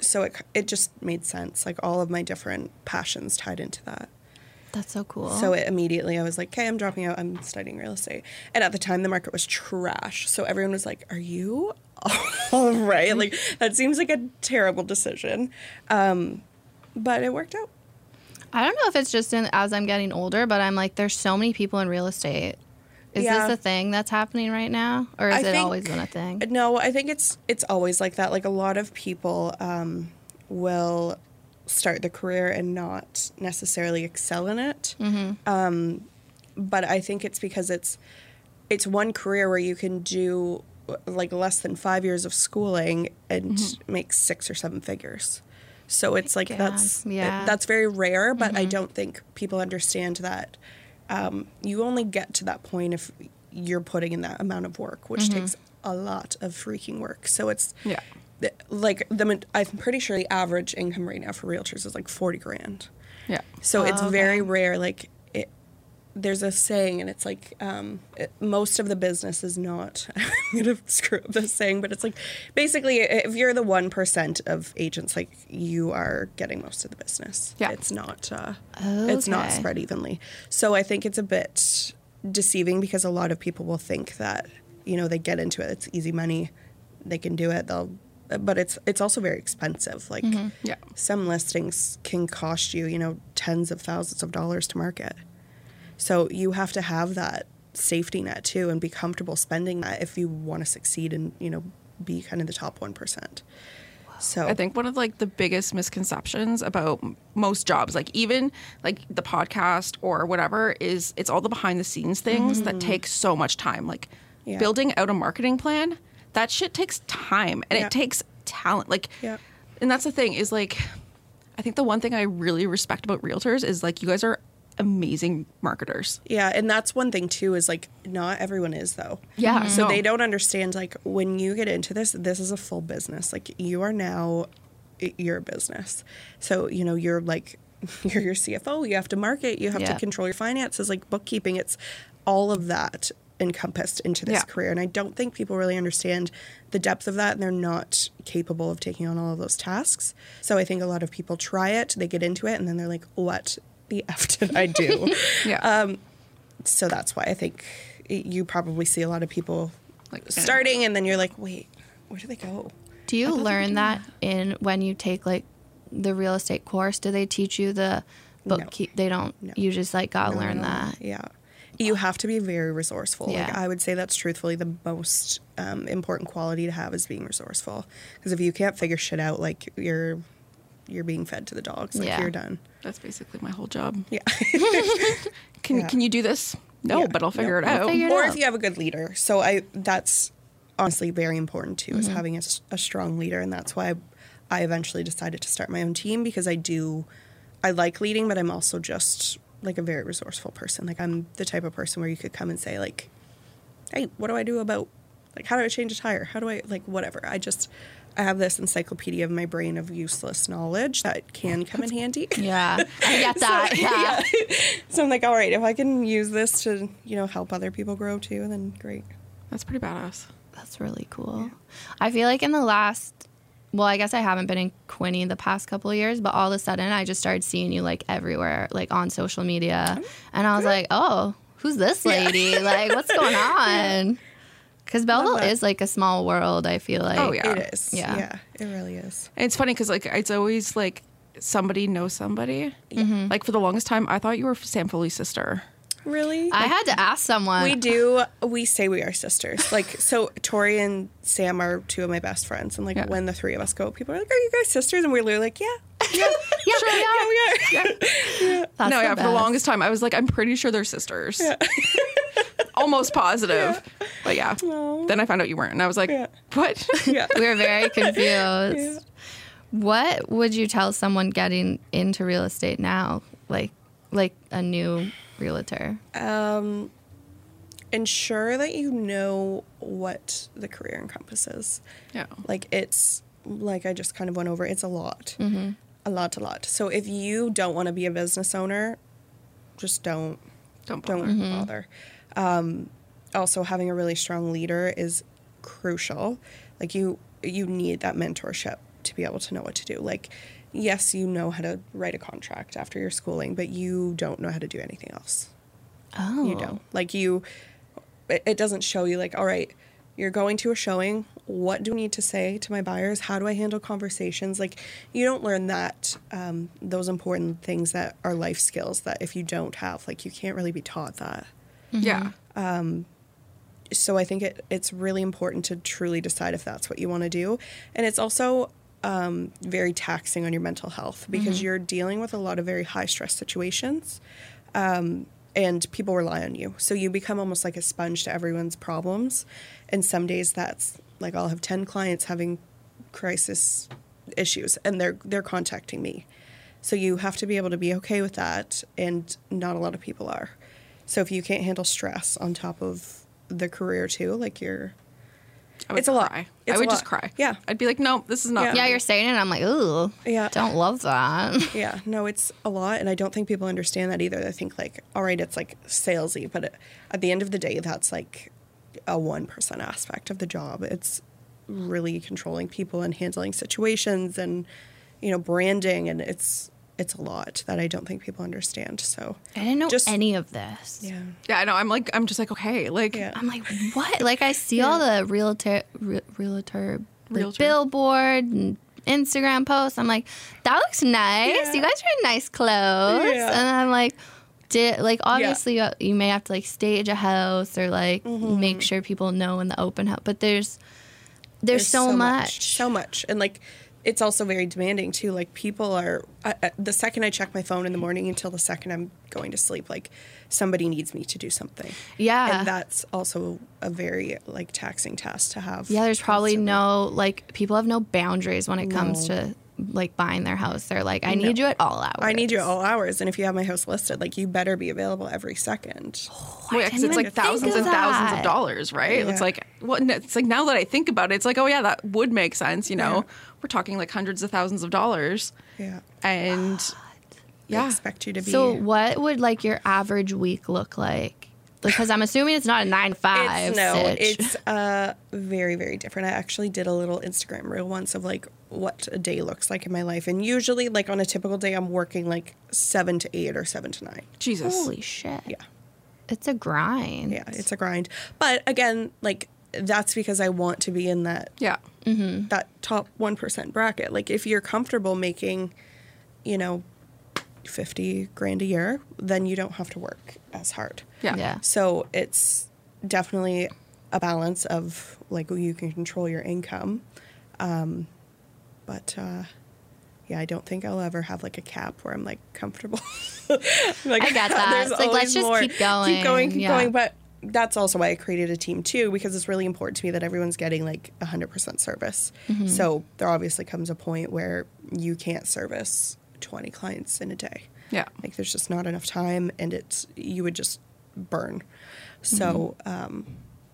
C: so it it just made sense. Like all of my different passions tied into that.
A: That's so cool.
C: So it immediately I was like, okay, I'm dropping out. I'm studying real estate. And at the time, the market was trash. So everyone was like, are you <laughs> all right? Like that seems like a terrible decision, um, but it worked out.
A: I don't know if it's just in, as I'm getting older, but I'm like, there's so many people in real estate. Is
C: Yeah.
A: this a thing that's happening right now, or has
C: I
A: it
C: think-
A: always been a thing?
C: No, I think it's it's always like that. Like a lot of people um, will start the career and not necessarily excel in it.
A: Mm-hmm.
C: Um, but I think it's because it's it's one career where you can do like less than five years of schooling and
A: Mm-hmm.
C: make six or seven figures. So it's like
A: God,
C: that's
A: yeah. Mm-hmm.
C: that's very rare, but I don't think people understand that um, you only get to that point if you're putting in that amount of work, which
A: Mm-hmm.
C: takes a lot of freaking work. So it's
B: Yeah.
C: th- like the ma- I'm pretty sure the average income right now for realtors is like forty grand.
B: Yeah.
C: So it's
A: Oh, okay.
C: very rare. Like it, there's a saying, and it's like um, it, most of the business is not. <laughs> I'm gonna screw up this saying, but it's like basically if you're the one percent of agents, like you are getting most of the business.
B: Yeah.
C: it's not. Uh, It's not
A: Okay.
C: spread evenly. So I think it's a bit deceiving because a lot of people will think that you know they get into it. It's easy money. They can do it. They'll. But it's it's also very expensive. Like
B: Mm-hmm. Yeah.
C: some listings can cost you, you know, tens of thousands of dollars to market. So you have to have that safety net too and be comfortable spending that if you want to succeed and, you know, be kind of the top 1%. So
B: I think one of like the biggest misconceptions about m- most jobs, like even like the podcast or whatever, is it's all the behind the scenes things that take so much time. Like
C: Mm-hmm. Yeah.
B: building out a marketing plan, that shit takes time and
C: Yeah.
B: it takes talent. Like,
C: Yeah.
B: and that's the thing is like, I think the one thing I really respect about realtors is like you guys are amazing marketers.
C: Yeah, and that's one thing too is like not everyone is though.
B: Yeah,
C: So
B: no.
C: they don't understand like when you get into this, this is a full business. Like you are now i- you're a business. So, you know, you're like <laughs> you're your CFO, you have to market, you have
A: Yeah.
C: to control your finances, like bookkeeping, it's all of that encompassed into this
B: Yeah.
C: career. And I don't think people really understand the depth of that and they're not capable of taking on all of those tasks. So I think a lot of people try it, they get into it and then they're like, "What the f did
B: <laughs>
C: I do?"
B: Yeah.
C: Um, so that's why I think you probably see a lot of people
B: Like,
C: like starting, and then you're like, wait, where do they go?
A: Do you learn that in when you take like the real estate course? Do they teach you the bookkeep? They don't. You just like gotta learn that.
C: Yeah. You have to be very resourceful. Like
A: Yeah.
C: I would say that's truthfully the most um, important quality to have is being resourceful. Because if you can't figure shit out, like you're you're being fed to the dogs. Like
A: Yeah.
C: you're done.
B: that's basically my whole job.
C: Yeah. <laughs>
B: Can
C: Yeah.
B: can you do this? No,
C: Yeah.
B: but I'll figure
C: No.
B: it out.
A: figure it
C: or
A: out.
C: if you have a good leader. So I that's honestly very important too
A: Mm-hmm.
C: is having a, s- a strong leader, and that's why I, I eventually decided to start my own team because I do I like leading, but I'm also just like a very resourceful person. Like I'm the type of person where you could come and say like, "Hey, what do I do about Like, how do I change a tire? How do I, like, whatever. I just, I have this encyclopedia of my brain of useless knowledge that can come in handy. <laughs>
A: Yeah. I get that. yeah.
C: So I'm like, all right, if I can use this to, you know, help other people grow too, then great.
B: That's pretty badass.
A: That's really cool. I feel like in the last, well, I guess I haven't been in Quinny the past couple of years, but all of a sudden I just started seeing you like everywhere, like on social media. And I was like, oh, who's this lady? like, what's going on? Because Belleville
C: that.
A: is like a small world, I feel like.
B: Oh, yeah.
C: It is.
A: Yeah.
C: Yeah. it really is.
B: And it's funny because like it's always like somebody knows somebody.
C: Mm-hmm.
B: Like for the longest time, I thought you were Sam Foley's sister.
C: Really?
A: I uh, had to ask someone.
C: we do. We say we are sisters. Like, so Tori and Sam are two of my best friends. And like,
B: Yeah.
C: when the three of us go, people are like, are you guys sisters? And we're literally like, yeah.
A: <laughs>
C: <laughs>
A: Yeah, yeah, sure, yeah.
C: We are.
A: That's
B: no,
A: the
B: yeah, for the
A: best. <laughs>
B: longest time, I was like, I'm pretty sure they're sisters. <laughs> Almost positive. But yeah.
C: Aw.
B: Then I found out you weren't. And I was like,
C: Yeah.
B: what?
C: <laughs> <laughs> Yeah.
A: We were <laughs> very confused. What would you tell someone getting into real estate now? Like, like a new realtor?
C: um, ensure that you know what the career encompasses.
B: Yeah.
C: Like it's like I just kind of went over. It's a lot, a lot, a lot. So if you don't want to be a business owner, just don't
B: Don't bother.
C: don't bother. Um, also, having a really strong leader is crucial. Like you, you need that mentorship to be able to know what to do. Like, yes, you know how to write a contract after your schooling, but you don't know how to do anything else
A: Oh,
C: you don't like you it, it doesn't show you like all right you're going to a showing what do I need to say to my buyers how do i handle conversations like you don't learn that um, those important things that are life skills that if you don't have like you can't really be taught that
B: Yeah.
C: Mm-hmm. so i think it, it's really important to truly decide if that's what you want to do and it's also um, very taxing on your mental health because
B: Mm-hmm.
C: you're dealing with a lot of very high stress situations um, and people rely on you. So you become almost like a sponge to everyone's problems. And some days that's like I'll have 10 clients having crisis issues and they're they're contacting me. So you have to be able to be okay with that and not a lot of people are. So if you can't handle stress on top of the career too, like you're
B: I would
C: It's a lot.
B: cry. I
C: It's a
B: would just
C: lot.
B: cry.
C: Yeah.
B: I'd be like, no, this is not.
C: Yeah.
B: for
A: Yeah,
B: me."
A: you're saying it. I'm like, ooh,
C: Yeah.
A: don't love that.
C: Yeah, no, it's a lot, and I don't think people understand that either. They think like, all right, it's like salesy, but it, at the end of the day, that's like a one percent aspect of the job. It's really controlling people and handling situations, and you know, branding, and it's it's a lot that I don't think people understand. So
A: I didn't <laughs> know
C: Just-
A: any of this.
C: yeah,
B: Yeah, I know. I'm like, I'm just like, okay, like,
C: Yeah.
A: I'm like, what? Like, I see all the realtor, re- realtor, like,
B: Realtor.
A: billboard and Instagram posts. I'm like, that looks nice.
C: Yeah.
A: You guys are in nice clothes.
C: Yeah.
A: And I'm like, did like obviously you, you may have to like stage a house or like
C: Mm-hmm.
A: make sure people know in the open house, but there's there's, so, much.
C: so much, and like. It's also very demanding too. Like people are I, I- the second I check my phone in the morning until the second I'm going to sleep, like somebody needs me to do something.
A: Yeah.
C: and that's also a very like taxing task to have.
A: Yeah, there's probably no like people have no boundaries when it comes to like buying their house. They're like, I need you at all hours.
C: I need you at all hours, and if you have my house listed, like you better be available every second.
B: Well, yeah,
A: I
B: 'cause
A: didn't
B: it's
A: even
B: like
A: think
B: thousands
A: of
B: and thousands
A: that.
B: of dollars, right?
C: Yeah.
B: It's like, well, n- it's like now that I think about it, it's like, oh yeah, that would make sense. You know, we're talking like hundreds of thousands of dollars,
C: Yeah,
B: and
C: they
B: yeah,
C: expect you to be.
A: So, what would like your average week look like? Because I'm assuming it's not a nine to five.
C: it's, no,
A: sitch.
C: it's uh very very different. I actually did a little Instagram reel once of like what a day looks like in my life, and usually like on a typical day, I'm working like seven to eight or seven to nine.
B: Jesus,
A: holy shit.
C: Yeah.
A: it's a grind.
C: Yeah, it's a grind, but again, like that's because I want to be in that
B: yeah,
A: Mm-hmm.
C: that top 1% bracket. Like if you're comfortable making, you know, 50 grand a year, then you don't have to work as hard.
B: yeah, <laughs>
A: Yeah.
C: So it's definitely a balance of like you can control your income. Um, but uh, yeah, I don't think I'll ever have like a cap where I'm like comfortable. <laughs> like,
A: I get that.
C: <laughs> there's
A: It's like, let's
C: always
A: just keep
C: Keep going,
A: going.
C: keep
A: Yeah.
C: going. But that's also why I created a team too, because it's really important to me that everyone's getting like 100% service.
A: Mm-hmm.
C: So there obviously comes a point where you can't service 20 clients in a day
B: yeah.
C: like there's just not enough time and it's you would just burn so um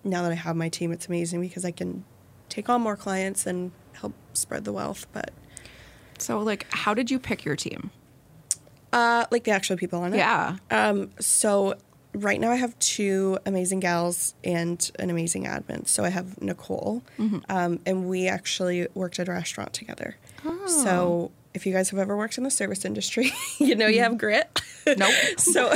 C: now that I have my team, it's amazing because I can take on more clients and help spread the wealth. But
B: So, like, how did you pick your team?
C: uh, like the actual people on it.
B: Yeah.
C: Um, so right now I have two amazing gals and an amazing admin. So I have Nicole, um, and we actually worked at a restaurant together. So if you guys have ever worked in the service industry, <laughs> you know you have grit. <laughs>
B: Nope.
C: so
A: Been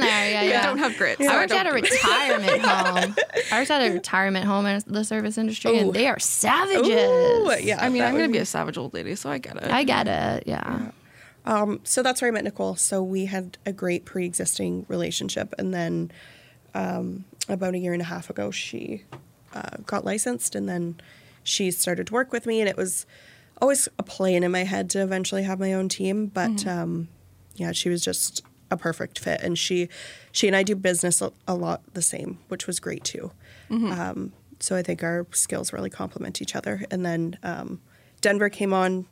A: there, yeah,
B: I
A: yeah.
B: don't have grits. so
A: I
B: I
A: worked at
B: don't
A: a
B: do it. <laughs>
A: retirement home. I worked at a retirement home in the service industry,
C: Ooh.
A: and they are savages.
C: Ooh, yeah,
B: I mean,
C: that
B: I'm
C: would
B: going to be a savage old lady, so I get it.
A: I get it. Yeah.
C: Um, so that's where I met Nicole. So we had a great pre-existing relationship, and then um, about a year and a half ago, she uh, got licensed, and then she started to work with me. And it was always a plan in my head to eventually have my own team, but um, yeah, she was just a perfect fit, and she she and I do business a, a lot the same, which was great too. Um, so I think our skills really complement each other. And then um, Denver came on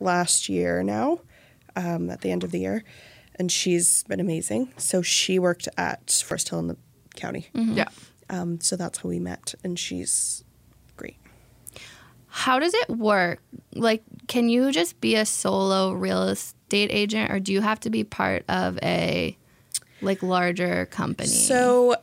C: last year now, um, at the end of the year, and she's been amazing. So she worked at First Hill in the county.
B: yeah.
C: Um, so that's how we met, and she's great.
A: How does it work? Like, can you just be a solo real estate agent, or do you have to be part of a like larger company?
C: So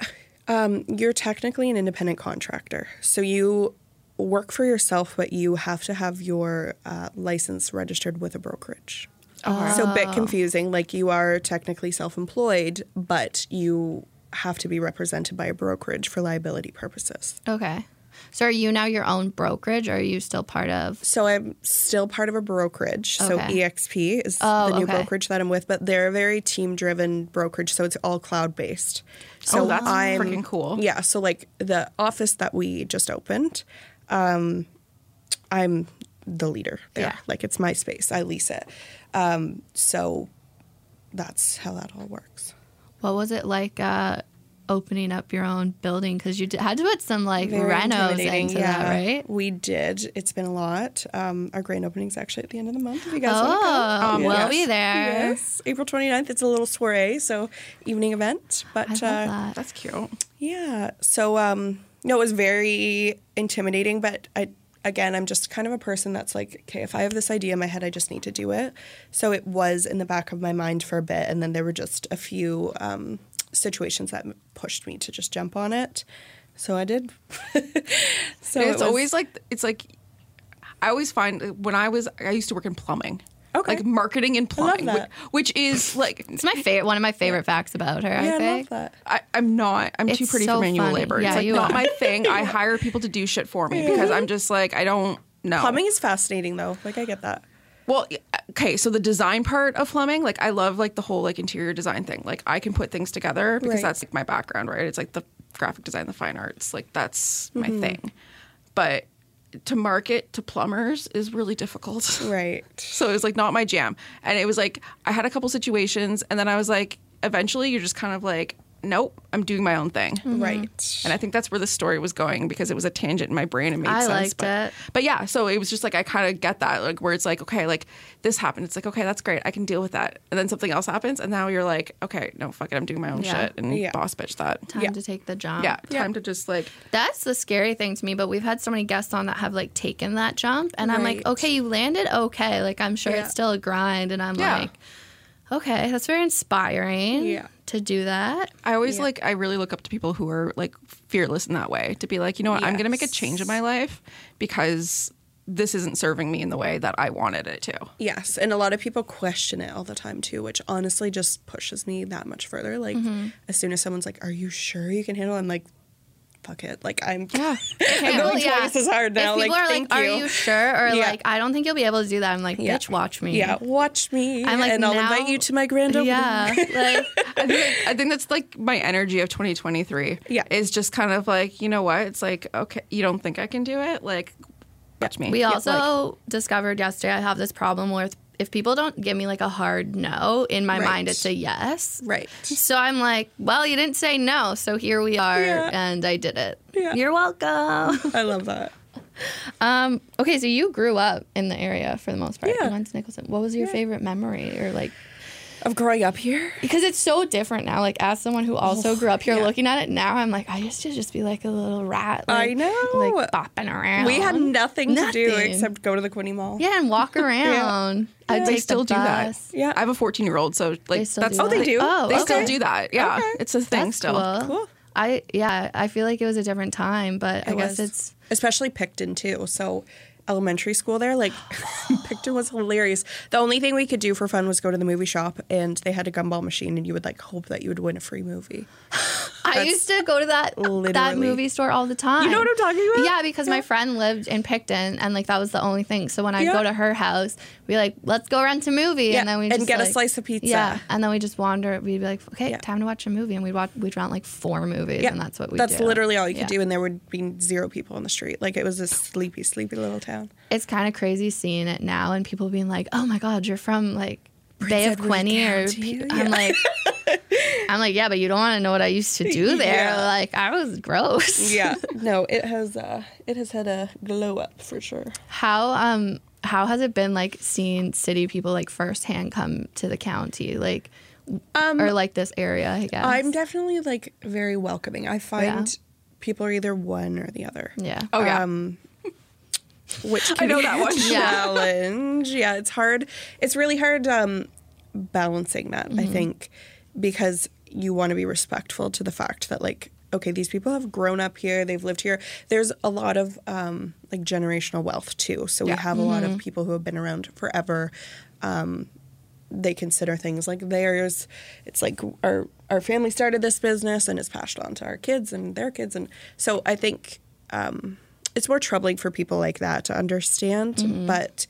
C: um, you're technically an independent contractor. So you work for yourself, but you have to have your uh, license registered with a brokerage.
A: Oh,
C: So a bit confusing. Like you are technically self-employed, but you have to be represented by a brokerage for liability purposes.
A: okay. So are you now your own brokerage, or are you still part of?
C: So I'm still part of a brokerage. So
A: Okay.
C: EXP is
A: Oh,
C: the new
A: okay.
C: brokerage that I'm with, but they're a very team-driven brokerage, so it's all cloud-based. So
B: Oh, that's
C: I'm-
B: freaking cool.
C: Yeah. So like the office that we just opened, um, I'm the leader there.
A: Yeah.
C: Like it's my space. I lease it. Um, so that's how that all works.
A: What was it like? Uh, opening up your own building because you d- had to put some like
C: Very
A: renos
C: intimidating,
A: into that, right?
C: We did. It's been a lot. Um, our grand opening's actually at the end of the month. If you guys want to
A: Oh,
C: come,
B: Um,
A: we'll
B: yes.
A: be there.
C: Yes, April 29th. It's a little soiree, so evening event. But
A: I love
C: uh,
A: that.
B: That's cute.
C: Yeah. So um no, it was very intimidating, but I again, I'm just kind of a person that's like, okay, if I have this idea in my head, I just need to do it. So it was in the back of my mind for a bit, and then there were just a few um, situations that pushed me to just jump on it. So I did. <laughs> so
B: it's
C: it was-
B: always like, it's like, I always find when I was, I used to work in plumbing.
C: Okay.
B: Like marketing and
C: love
B: plumbing, whi-
C: that.
B: which is like,
A: It's my favorite. One of my favorite facts about her.
C: yeah,
A: I
C: I,
A: think.
C: love that.
B: I, I'm not. I'm too
A: It's
B: pretty
A: so
B: for manual
A: funny.
B: labor.
A: Yeah,
B: it's like
A: you
B: not
A: are.
B: my
A: <laughs>
B: thing. I hire people to do shit for me because I'm just like I don't know.
C: Plumbing is fascinating, though. Like I get that.
B: Well, y- okay. So the design part of plumbing, like I love like the whole like interior design thing. Like I can put things together because
C: Right.
B: that's like my background, right? It's like the graphic design, the fine arts. Like that's my
A: Mm-hmm.
B: thing. But to market to plumbers is really difficult. <laughs>
C: Right.
B: So it was like not my jam. And it was like I had a couple situations and then I was like eventually you're just kind of like nope, I'm doing my own thing.
A: Mm.
C: Right.
B: And I think that's where the story was going because it was a tangent in my brain. It made
A: I
B: sense.
A: liked
B: but,
A: it.
B: But yeah, so it was just like I kind of get that, like where it's like, okay, like this happened. It's like, okay, that's great. I can deal with that. And then something else happens, and now you're like, okay, no, fuck it. I'm doing my own
A: Yeah.
B: shit and
C: Yeah.
B: boss bitch that.
A: Time
C: Yeah.
A: to take the jump.
B: Yeah, time to just like,
A: That's the scary thing to me, but we've had so many guests on that have like taken that jump and I'm like,
C: Right.
A: okay, you landed okay. Like I'm sure
C: Yeah.
A: it's still a grind and I'm
B: Yeah.
A: like, okay, that's very inspiring
C: Yeah.
A: to do that.
B: I always
C: Yeah.
B: like, I really look up to people who are like fearless in that way to be like, you know what, I'm gonna make a change in my life because this isn't serving me in the way that I wanted it to.
C: Yes, and a lot of people question it all the time too, which honestly just pushes me that much further. Like
A: Mm-hmm.
C: as soon as someone's like, "Are you sure you can handle?" it?" I'm like, "Fuck it!" Like <laughs> I'm
B: Yeah.
C: I'm
A: Well,
C: going twice as hard now.
A: If people
C: like,
A: are
C: thank
A: like,
C: you.
A: are you sure? Or
C: Yeah.
A: like, I don't think you'll be able to do that. I'm like,
C: Yeah.
A: bitch, watch me.
C: Yeah, watch me.
A: I'm like,
C: and I'll
A: now-
C: invite you to my grand opening.
A: Yeah.
C: <laughs>
A: like,
B: I think, I think that's like my energy of 2023.
C: Yeah.
B: Is just kind of like, you know what? It's like, okay, you don't think I can do it? Like, watch me.
A: We
B: Yeah,
A: also
B: like-
A: discovered yesterday I have this problem where if people don't give me like a hard no, in my
C: Right.
A: mind it's a yes.
C: Right.
A: So I'm like, well, you didn't say no, so here we are,
C: Yeah.
A: and I did it.
C: Yeah.
A: You're
C: <laughs>
A: welcome.
C: I love that.
A: um, okay, so you grew up in the area for the most part.
C: Yeah.
A: Lawrence Nicholson. What was your favorite memory or like
C: of growing up
A: <laughs>
C: here.
A: because it's so different now. Like as someone who
C: Oh,
A: also grew up here, looking at it now, I'm like, I used to just be like a little rat. Like,
C: I know.
A: like bopping around.
C: We had nothing, to do
A: Nothing.
C: except go to the Quinny Mall.
A: yeah, and
C: <laughs>
A: walk around. I
B: they still do that.
C: Yeah.
B: I have a 14 year old, so like
A: They still
B: that's
A: do
C: Oh, they that? do?
A: Oh,
B: they
A: okay.
B: still do that. Yeah,
C: Okay.
B: it's a thing
A: That's
B: still.
A: Cool.
C: Cool.
A: I yeah, I feel like it was a different time, but I
C: It
A: guess
C: was.
A: it's
C: especially Picton too. So elementary school there, like <laughs> Picton was hilarious. The only thing we could do for fun was go to the movie shop, and they had a gumball machine, and you would like hope that you would win a free movie.
A: I used to go to that that
C: literally-
A: movie store all the time.
C: You know what I'm talking about?
A: Yeah, because my friend lived in Picton, and like that was the only thing. So when I would
C: Yeah.
A: go to her house, we like let's go rent a movie,
C: Yeah,
A: and then we
C: and
A: just,
C: get a
A: like-
C: slice of pizza.
A: Yeah, and then we just wander. We'd be like, okay,
C: Yeah.
A: time to watch a movie, and we'd watch. We'd rent like four movies, and that's what we.
C: That's
A: do.
C: literally all you could
A: Yeah.
C: do, and there would be zero people on the street. Like it was a sleepy, sleepy
A: <laughs>
C: little town.
A: It's kind of crazy seeing it now, and people being like, "Oh my God, you're from like." Bay of
C: Edward
A: Quinny, or
C: County,
A: P- I'm like, I'm like, yeah, but you don't want to know what I used to do there.
C: <laughs> Yeah.
A: Like, I was gross.
C: Yeah, no, it has uh, it has had a glow up for sure.
A: How um how has it been like seeing city people like firsthand come to the county like
C: Um,
A: or like this area? I guess
C: I'm definitely like very welcoming. I find people are either one or the other.
A: yeah.
B: Oh yeah,
C: which can
B: I know
C: be
B: that
C: a
B: one.
A: Yeah.
C: <laughs> challenge. Yeah, it's hard. It's really hard um, balancing that.
B: Mm-hmm.
C: I think because you want to be respectful to the fact that like okay, these people have grown up here. They've lived here. There's a lot of um, like generational wealth too. So
B: Yeah. Mm-hmm.
C: we have a lot of people who have been around forever. Um, they consider things like theirs. It's like our our family started this business and it's passed on to our kids and their kids, and so I think um, it's more troubling for people like that to understand.
B: Mm-hmm.
C: But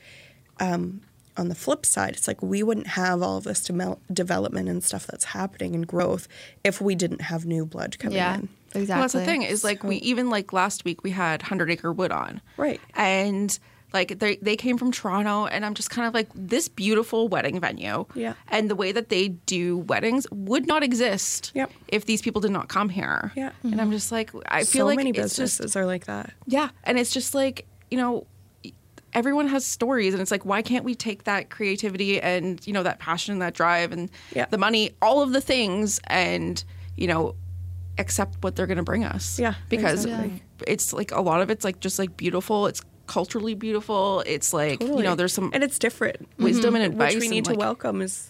C: um, on the flip side, it's like we wouldn't have all of this demel development and stuff that's happening and growth if we didn't have new blood coming
A: yeah.
C: in.
A: Exactly.
B: Well, that's the thing is like we even like last week we had Hundred Acre Wood on,
C: Right.
B: And like they they came from Toronto, and I'm just kind of like this beautiful wedding venue,
C: Yeah.
B: And the way that they do weddings would not exist,
C: Yep.
B: if these people did not come here,
C: Yeah.
B: And I'm just like I feel
C: so
B: like
C: many
B: it's
C: businesses
B: just
C: are like that.
B: yeah, and it's just like you know. Everyone has stories, and it's like, why can't we take that creativity and you know that passion and that drive and
C: Yeah.
B: the money, all of the things, and you know, accept what they're going to bring us?
C: Yeah,
B: because
A: exactly.
B: it's like a lot of it's like just like beautiful. It's culturally beautiful. It's like you know,
C: Totally.
B: there's some
C: and it's different.
B: wisdom and advice,
C: which we
B: and,
C: need to
B: like-
C: welcome is.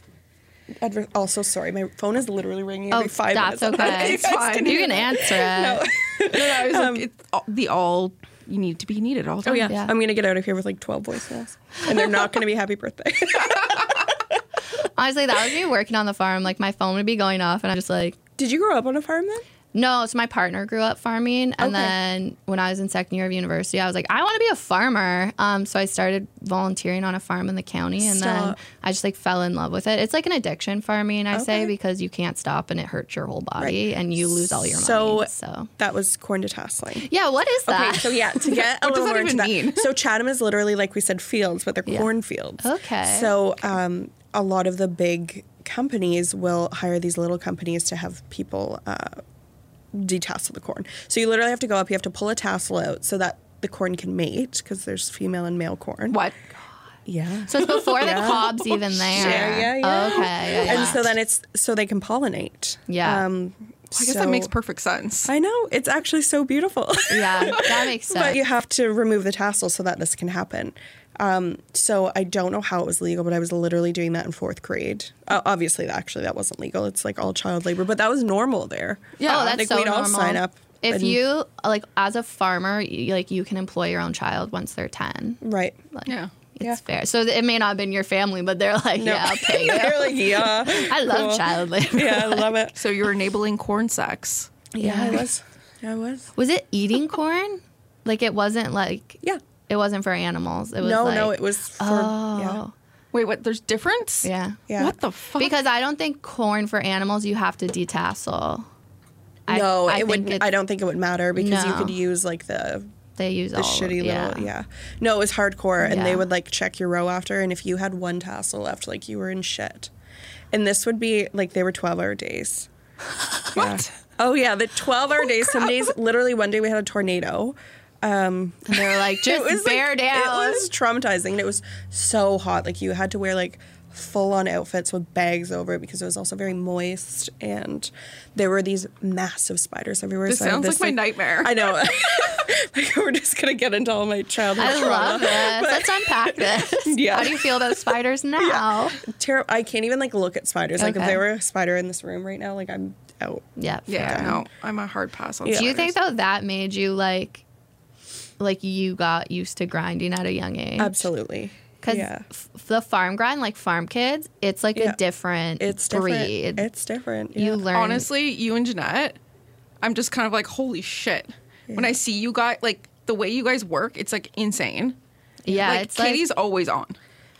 C: Adver- also, sorry, my phone is literally ringing every
A: Oh,
C: five
A: that's
C: minutes. <laughs>
A: okay.
B: It's fine.
A: You can answer it.
B: No, no, <laughs> I was like, it's all, the all you need to be needed all the time.
C: Um, Oh yeah.
A: Yeah.
C: I'm gonna get out of here with like 12 voicemails, and they're not gonna be happy birthday. <laughs>
A: Honestly, that was me working on the farm. Like my phone would be going off, and I'm just like,
C: Did you grow up on a farm then?
A: No, so my partner grew up farming, and
C: Okay.
A: then when I was in second year of university, I was like, I want to be a farmer. Um, so I started volunteering on a farm in the county, and then
C: Stop.
A: I just like fell in love with it. It's like an addiction farming, I say,
C: Okay.
A: because you can't stop and it hurts your whole body, and you lose all your
C: So-
A: money. So
C: That was corn to tasseling.
A: yeah, what is that?
C: Okay, so yeah, to get a
B: What does
C: little
B: that
C: more into
B: even
C: that.
B: mean?
C: So Chatham is literally like we said fields, but they're
A: Yeah.
C: cornfields.
A: Okay.
C: So um, a lot of the big companies will hire these little companies to have people uh, detassel the corn. So you literally have to go up, you have to pull a tassel out so that the corn can mate because there's female and male corn.
B: What?
C: Yeah.
A: <laughs> So it's before the cobs even there.
C: Yeah, yeah, yeah.
A: Okay, yeah, yeah.
C: And so then it's so they can pollinate.
A: Yeah.
C: Um,
B: I guess
C: so-
B: that makes perfect sense.
C: I know it's actually so beautiful. <laughs>
A: yeah, that makes sense.
C: but you have to remove the tassel so that this can happen. Um, so I don't know how it was legal, but I was literally doing that in fourth grade. Uh, obviously, actually, that wasn't legal. It's like all child labor, but that was normal there. Uh,
A: Yeah, oh, that's
C: like
A: so
C: we'd all
A: normal.
C: sign up.
A: If
C: and-
A: you like, as a farmer, you, like you can employ your own child once they're ten.
C: right,
A: Like,
B: Yeah.
A: it's
C: Yeah.
A: fair. So it may not have been your family, but they're like, yeah, I'll
C: <laughs>
A: pay you.
C: they're like, yeah,
A: I love
C: cool.
A: child labor.
C: <laughs> Yeah, I
A: <laughs>
C: love it.
B: So you're enabling corn sex.
C: Yeah, I was. I was.
A: Was it eating corn? Like it wasn't like
C: Yeah.
A: it wasn't for animals. It was
C: No,
A: like,
C: no, it was for yeah.
A: oh
B: Wait, what? There's difference?
A: yeah.
C: Yeah.
B: What the fuck?
A: Because I don't think corn for animals you have to detassel. I-
C: no,
A: I
C: it
A: think
C: wouldn't.
A: it's-
C: I don't think it would matter because you
A: No.
C: could use like the
A: They use
C: the
A: all of-
C: shitty
A: yeah.
C: little yeah. No, it was hardcore, and
A: Yeah.
C: they would like check your row after, and if you had one tassel left, like you were in shit. And this would be like they were twelve-hour days. Yeah.
B: What?
C: Oh yeah, the twelve-hour days. Some days, literally, one day we had a tornado. Um,
A: And they're like, just
C: <laughs> it was
A: bear
C: like,
A: down.
C: It was traumatizing. and It was so hot. Like you had to wear like full on outfits with bags over it because it was also very moist and there were these massive spiders everywhere.
B: This
C: I had
B: sounds like my nightmare.
C: I know. <laughs> like we're just gonna get into all my childhood.
A: I
C: trauma.
A: love
C: <laughs>
A: this. Let's unpack this.
C: Yeah.
A: How do you feel about
C: <laughs>
A: spiders now?
C: Ter- I can't even like look at spiders. Like if
A: Okay.
C: there were a spider in this room right now, like I'm out.
A: Yeah.
B: Yeah,
A: fair.
B: no, I'm a hard pass on.
C: Yeah.
A: Do you think
B: spiders.
A: though that made you like, like you got used to grinding at a young age?
C: Absolutely.
A: Because
C: yeah.
A: f- the farm grind, like farm kids, it's like
C: Yeah.
A: a different
C: It's different.
A: breed.
C: It's different.
A: you
C: yeah.
A: learn
B: honestly, you and Jeanette, I'm just kind of like, holy shit. When I see you guys, like the way you guys work, it's like insane.
A: Yeah,
B: like
A: it's
B: Katie's
A: like.
B: always on,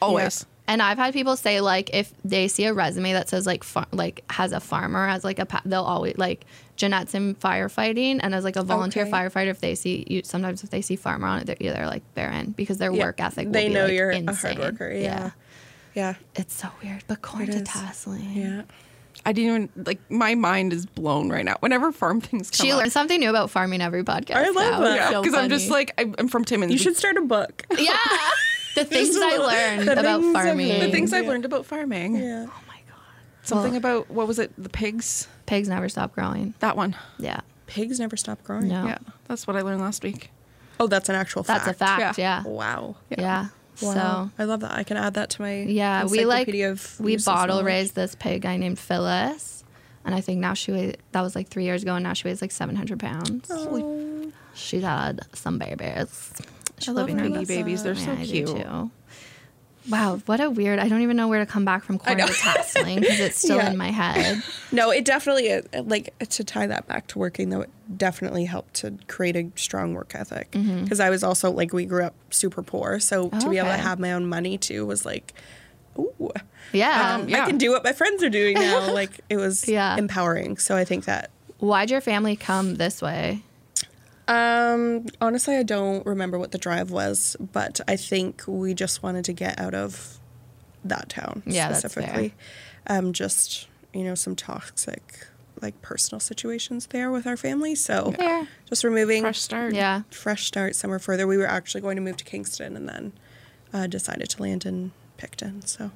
B: always.
A: And I've had people say like if they see a resume that says like far, like has a farmer as like a pa- they'll always like Jeanette's in firefighting and as like a volunteer
C: Okay.
A: firefighter if they see you sometimes if they see farmer on it they're, yeah, they're like they're in because their
C: Yeah.
A: work ethic will
C: They
A: be,
C: know
A: like,
C: you're a
A: insane.
C: hard worker. Yeah. Yeah.
A: it's so weird but corn to
C: is.
A: tasseling
C: Yeah.
B: I didn't even like. My mind is blown right now. Whenever farm things come
A: she
B: up,
A: learns something new about farming every podcast
C: I love
A: now.
C: that.
A: It's
B: yeah,
A: so
B: because I'm just
A: funny.
B: like I'm, I'm from Timmins.
C: You should start a book.
A: <laughs> Yeah.
C: <laughs>
A: The things
C: a
A: I
C: little-
A: learned
C: the
A: about
C: things I've
A: farming.
C: learned.
B: the things I've
C: Yeah.
B: learned about farming.
C: Yeah.
A: Oh my god.
B: Something
A: Well,
B: about what was it? The pigs.
A: pigs never stop growing.
B: That one.
A: Yeah.
C: Pigs never stop growing.
A: No.
B: Yeah, that's what I learned last week.
C: Oh, that's an actual
A: That's a
C: fact.
A: fact. Yeah.
B: Yeah.
A: Yeah.
C: Wow.
A: So
C: I love that. I can add that to my
A: yeah, we like
C: encyclopedia of
A: we
C: useless
A: bottle
C: knowledge.
A: raised this pig I named Phyllis, and I think now she weighs that was like three years ago, and now she weighs like seven hundred pounds.
C: Oh,
A: She's had some babies. She's
B: I love
A: living her
B: baby
A: best
B: babies. They're so
A: Yeah, I do
B: cute.
A: too. Wow, what a weird! I don't even know where to come back from corn to tasseling because it's still
C: Yeah.
A: in my head.
C: No, it definitely uh, like to tie that back to working though. It definitely helped to create a strong work ethic because I was also like we grew up super poor, so to be able
A: Mm-hmm.
C: to
A: Oh, Okay.
C: have my own money too was like, ooh,
A: Yeah,
C: um,
B: yeah.
C: I can do what my friends are
A: <laughs>
C: doing now. like it was
A: Yeah.
C: empowering. So I think that
A: Why'd your family come this way?
C: Um, honestly, I don't remember what the drive was, but I think we just wanted to get out of that town
A: Yeah, that's fair.
C: specifically. Um, just you know, some toxic like personal situations there with our family. So
A: Fair.
C: just removing
B: Fresh start.
A: Yeah.
C: fresh start somewhere further. We were actually going to move to Kingston and then uh, decided to land in Picton. So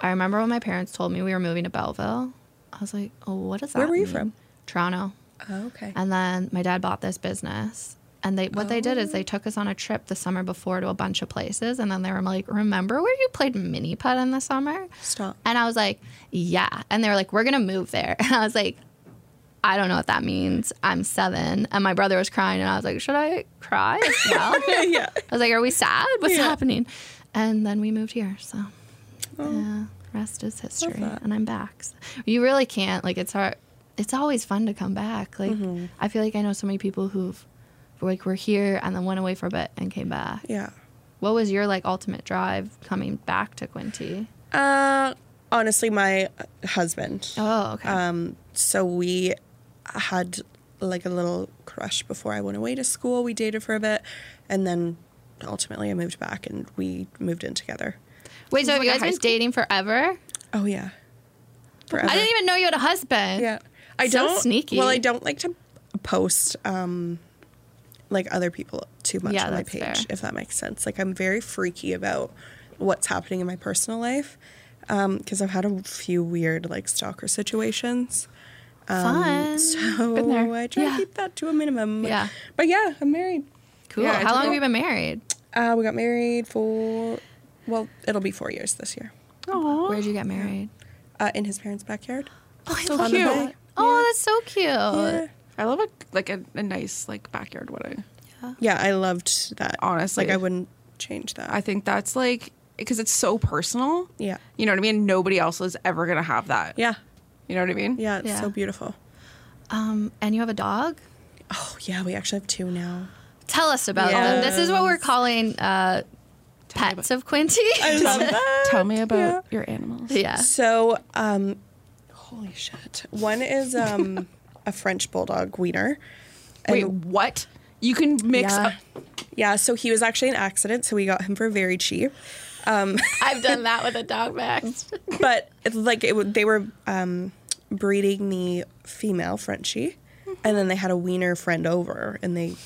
A: I remember when my parents told me we were moving to Belleville. I was like, oh, what does that
C: Where were you
A: mean?"
C: from?
A: Toronto.
C: okay.
A: And then my dad bought this business. And they what they did is
C: Oh.
A: they took us on a trip the summer before to a bunch of places. And then they were like, remember where you played mini putt in the summer?
C: Stop.
A: And I was like, yeah. And they were like, we're going to move there. <laughs> And I was like, I don't know what that means. I'm seven. And my brother was crying. And I was like, should I cry as well?
C: <laughs>
A: I
C: <laughs> yeah.
A: was like, are we sad? What's
C: Yeah.
A: happening? And then we moved here. So. Yeah, rest is history,
C: Oh. that.
A: and I'm back. So- You really can't like it's hard. It's always fun to come back. Like
C: Mm-hmm.
A: I feel like I know so many people who've like were here and then went away for a bit and came back.
C: Yeah.
A: What was your like ultimate drive coming back to Quinty?
C: Uh, honestly, my husband.
A: Oh, okay.
C: Um, so we had like a little crush before I went away to school. We dated for a bit, and then ultimately I moved back and we moved in together.
A: Wait, so have
B: was like
A: you
B: a
A: guys
B: high
A: been
B: school-
A: dating forever?
C: Oh yeah, forever.
A: I didn't even know you had a husband.
C: yeah, I
A: So
C: don't.
A: sneaky.
C: Well, I don't like to post um, like other people too much
A: Yeah,
C: on my
A: that's
C: page,
A: fair.
C: if that makes sense. Like I'm very freaky about what's happening in my personal life because I've had a few weird like stalker situations. Um,
A: Fun.
C: So
B: Been there.
C: I try
A: Yeah.
C: to keep that to a minimum.
A: Yeah.
C: But yeah, I'm married.
A: cool.
B: Yeah, I
A: How long
B: don't-
A: have you been married?
C: Uh, we got married for, well, it'll be four years this year.
B: Aww.
A: Where'd you get married?
C: Uh, in his parents' backyard.
A: Oh, I
B: So
A: love
B: cute.
A: that. Oh, that's so cute.
C: Yeah.
B: I love a like a, a nice like backyard wedding.
C: yeah, I loved that.
B: Honestly.
C: Like, I wouldn't change that.
B: I think that's like because it's so personal.
C: yeah.
B: You know what I mean? Nobody else is ever gonna have that.
C: Yeah.
B: You know what I mean?
C: Yeah, it's
A: Yeah.
C: so beautiful.
A: Um, and you have a dog?
C: Oh, yeah, we actually have two now.
A: Tell us about them. This is what we're calling uh, pets of Quinty.
C: love that.
B: <laughs> Tell me about your
A: <laughs>
B: animals.
A: yeah.
C: So, um, holy shit. One is <laughs> um, a French bulldog wiener. And
B: Wait, what? You can mix
C: yeah.
B: up.
C: Yeah, so he was actually an accident, so we got him for very cheap.
A: I've done that with a dog max.
C: but it's like it, would- they were um, Mm-hmm. breeding the female Frenchie, and then they had a wiener friend over, and they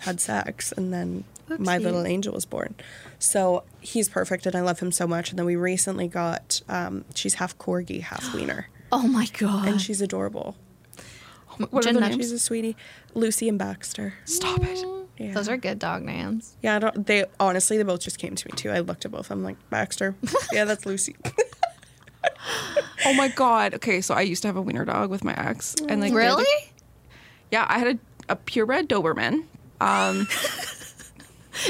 C: had sex and then my
A: Oopsie.
C: little angel was born. So he's perfect and I love him so much. And then we recently got um, she's half corgi, <gasps> half wiener,
A: <laughs> Oh my god. Oh
C: and she's adorable.
A: What are
B: Gen
A: the
B: names?
A: names?
C: She's a sweetie. Lucy and Baxter.
B: Stop it.
C: Yeah.
A: Those are good dog names.
C: Yeah, I don't, they honestly they both just came to me too. I looked at both. I'm like <laughs> Baxter. yeah, that's Lucy.
B: Oh my god. Okay, so I used to have a wiener dog with my ex, and like they're the-
A: Really?
B: yeah, I had a, a purebred Doberman. Um,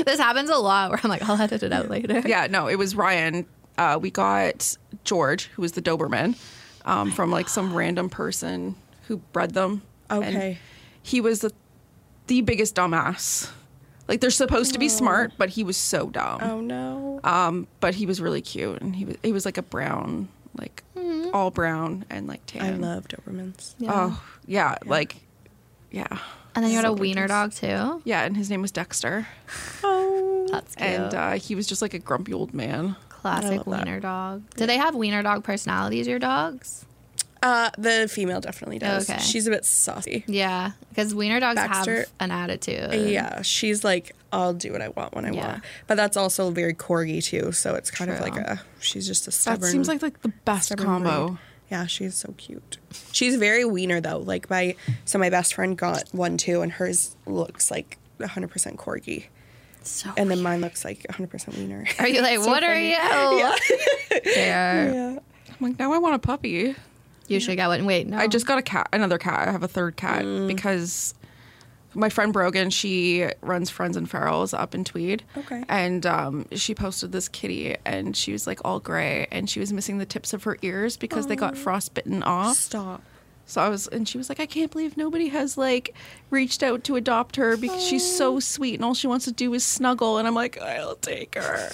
A: This happens a lot where I'm like, I'll edit it out later.
B: yeah, no, it was Ryan. Uh, we got George, who was the Doberman, um, from like some random person who bred them. And
C: Okay.
B: he was the, the biggest dumbass. Like they're supposed to be smart, but he was so dumb.
C: oh no.
B: Um, but he was really cute, and he was he was like a brown, like all brown and like tan.
C: I love Dobermans.
A: Yeah.
B: Oh yeah, like yeah,
A: and then you had
B: So
A: a wiener dog too.
B: yeah. And his name was Dexter,
C: Oh.
A: That's cute.
B: and uh, he was just like a grumpy old man.
C: I
A: Classic
C: love that.
A: wiener dog. Do they have wiener dog personalities, your dogs?
C: Uh, the female definitely does.
A: Okay.
C: She's a bit saucy.
A: Yeah, because wiener dogs
C: Baxter-
A: have an attitude.
C: Yeah, she's like, I'll do what I want when I
A: Yeah.
C: want. But that's also very corgi too, so it's kind of like
A: True.
C: a she's just a
B: That
C: stubborn.
B: seems like like the best
C: stubborn
B: combo.
C: breed. Yeah, she's so cute. She's very wiener though. Like my so my best friend got one too, and hers looks like 100% corgi,
A: So.
C: and then mine looks like 100% wiener.
A: <laughs> are you like, what are you? They're-
C: <laughs> yeah.
B: I'm like now I want a puppy.
A: You should go and wait. No,
B: I just got a cat, another cat. I have a third cat because my friend Brogan, she runs Friends and Ferals up in Tweed.
C: Okay.
B: And um, she posted this kitty and she was like all gray and she was missing the tips of her ears because they got frostbitten off.
C: Stop.
B: So I was, and she was like, I can't believe nobody has like reached out to adopt her because she's so sweet and all she wants to do is snuggle. And I'm like, I'll take her.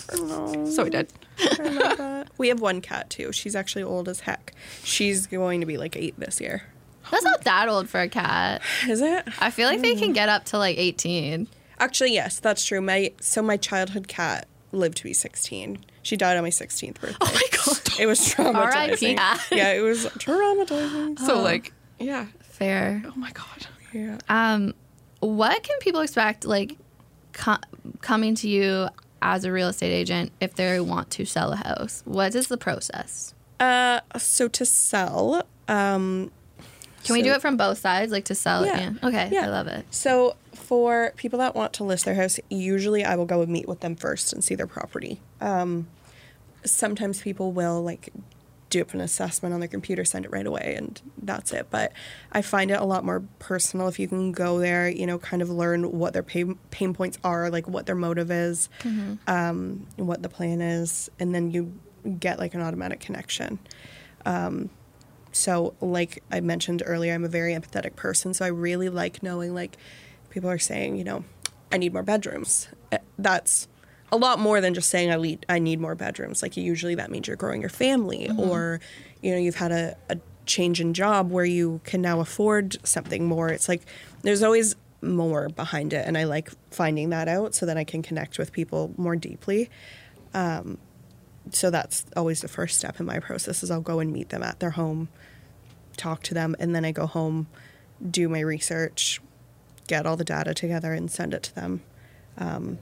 B: So I did.
C: I love that. we have one cat too. She's actually old as heck. She's going to be like eight this year.
A: that's not that old for a cat.
C: Is it?
A: I feel like they can get up to like 18.
C: Actually, yes, that's true. My so my childhood cat lived to be sixteen. She died on my sixteenth birthday. Oh my god! It was
A: R.I.P.
C: traumatizing. yeah, it was traumatizing.
B: So, like, yeah.
A: <laughs> Fair.
B: Oh my God.
C: Yeah.
A: Um, what can people expect like co- coming to you as a real estate agent if they want to sell a house? What is the process?
C: Uh, so to sell, um,
A: Can we
C: So-
A: do it from both sides, like to sell
C: Yeah.
A: it? and- Okay,
C: Yeah.
A: I love it.
C: so for people that want to list their house, usually I will go and meet with them first and see their property. Um, sometimes people will like do up an assessment on their computer, send it right away, and that's it. But I find it a lot more personal if you can go there, you know, kind of learn what their pain, pain points are, like what their motive is, um, what the plan is, and then you get like an automatic connection. so like i mentioned earlier i'm a very empathetic person so i really like knowing like people are saying you know i need more bedrooms Uh, that's a lot more than just saying i need i need more bedrooms like usually that means you're growing your family or you know you've had a, a change in job where you can now afford something more it's like there's always more behind it and i like finding that out so that i can connect with people more deeply so that's always the first step in my process is i'll go and meet them at their home talk to them and then i go home do my research get all the data together and send it to them um,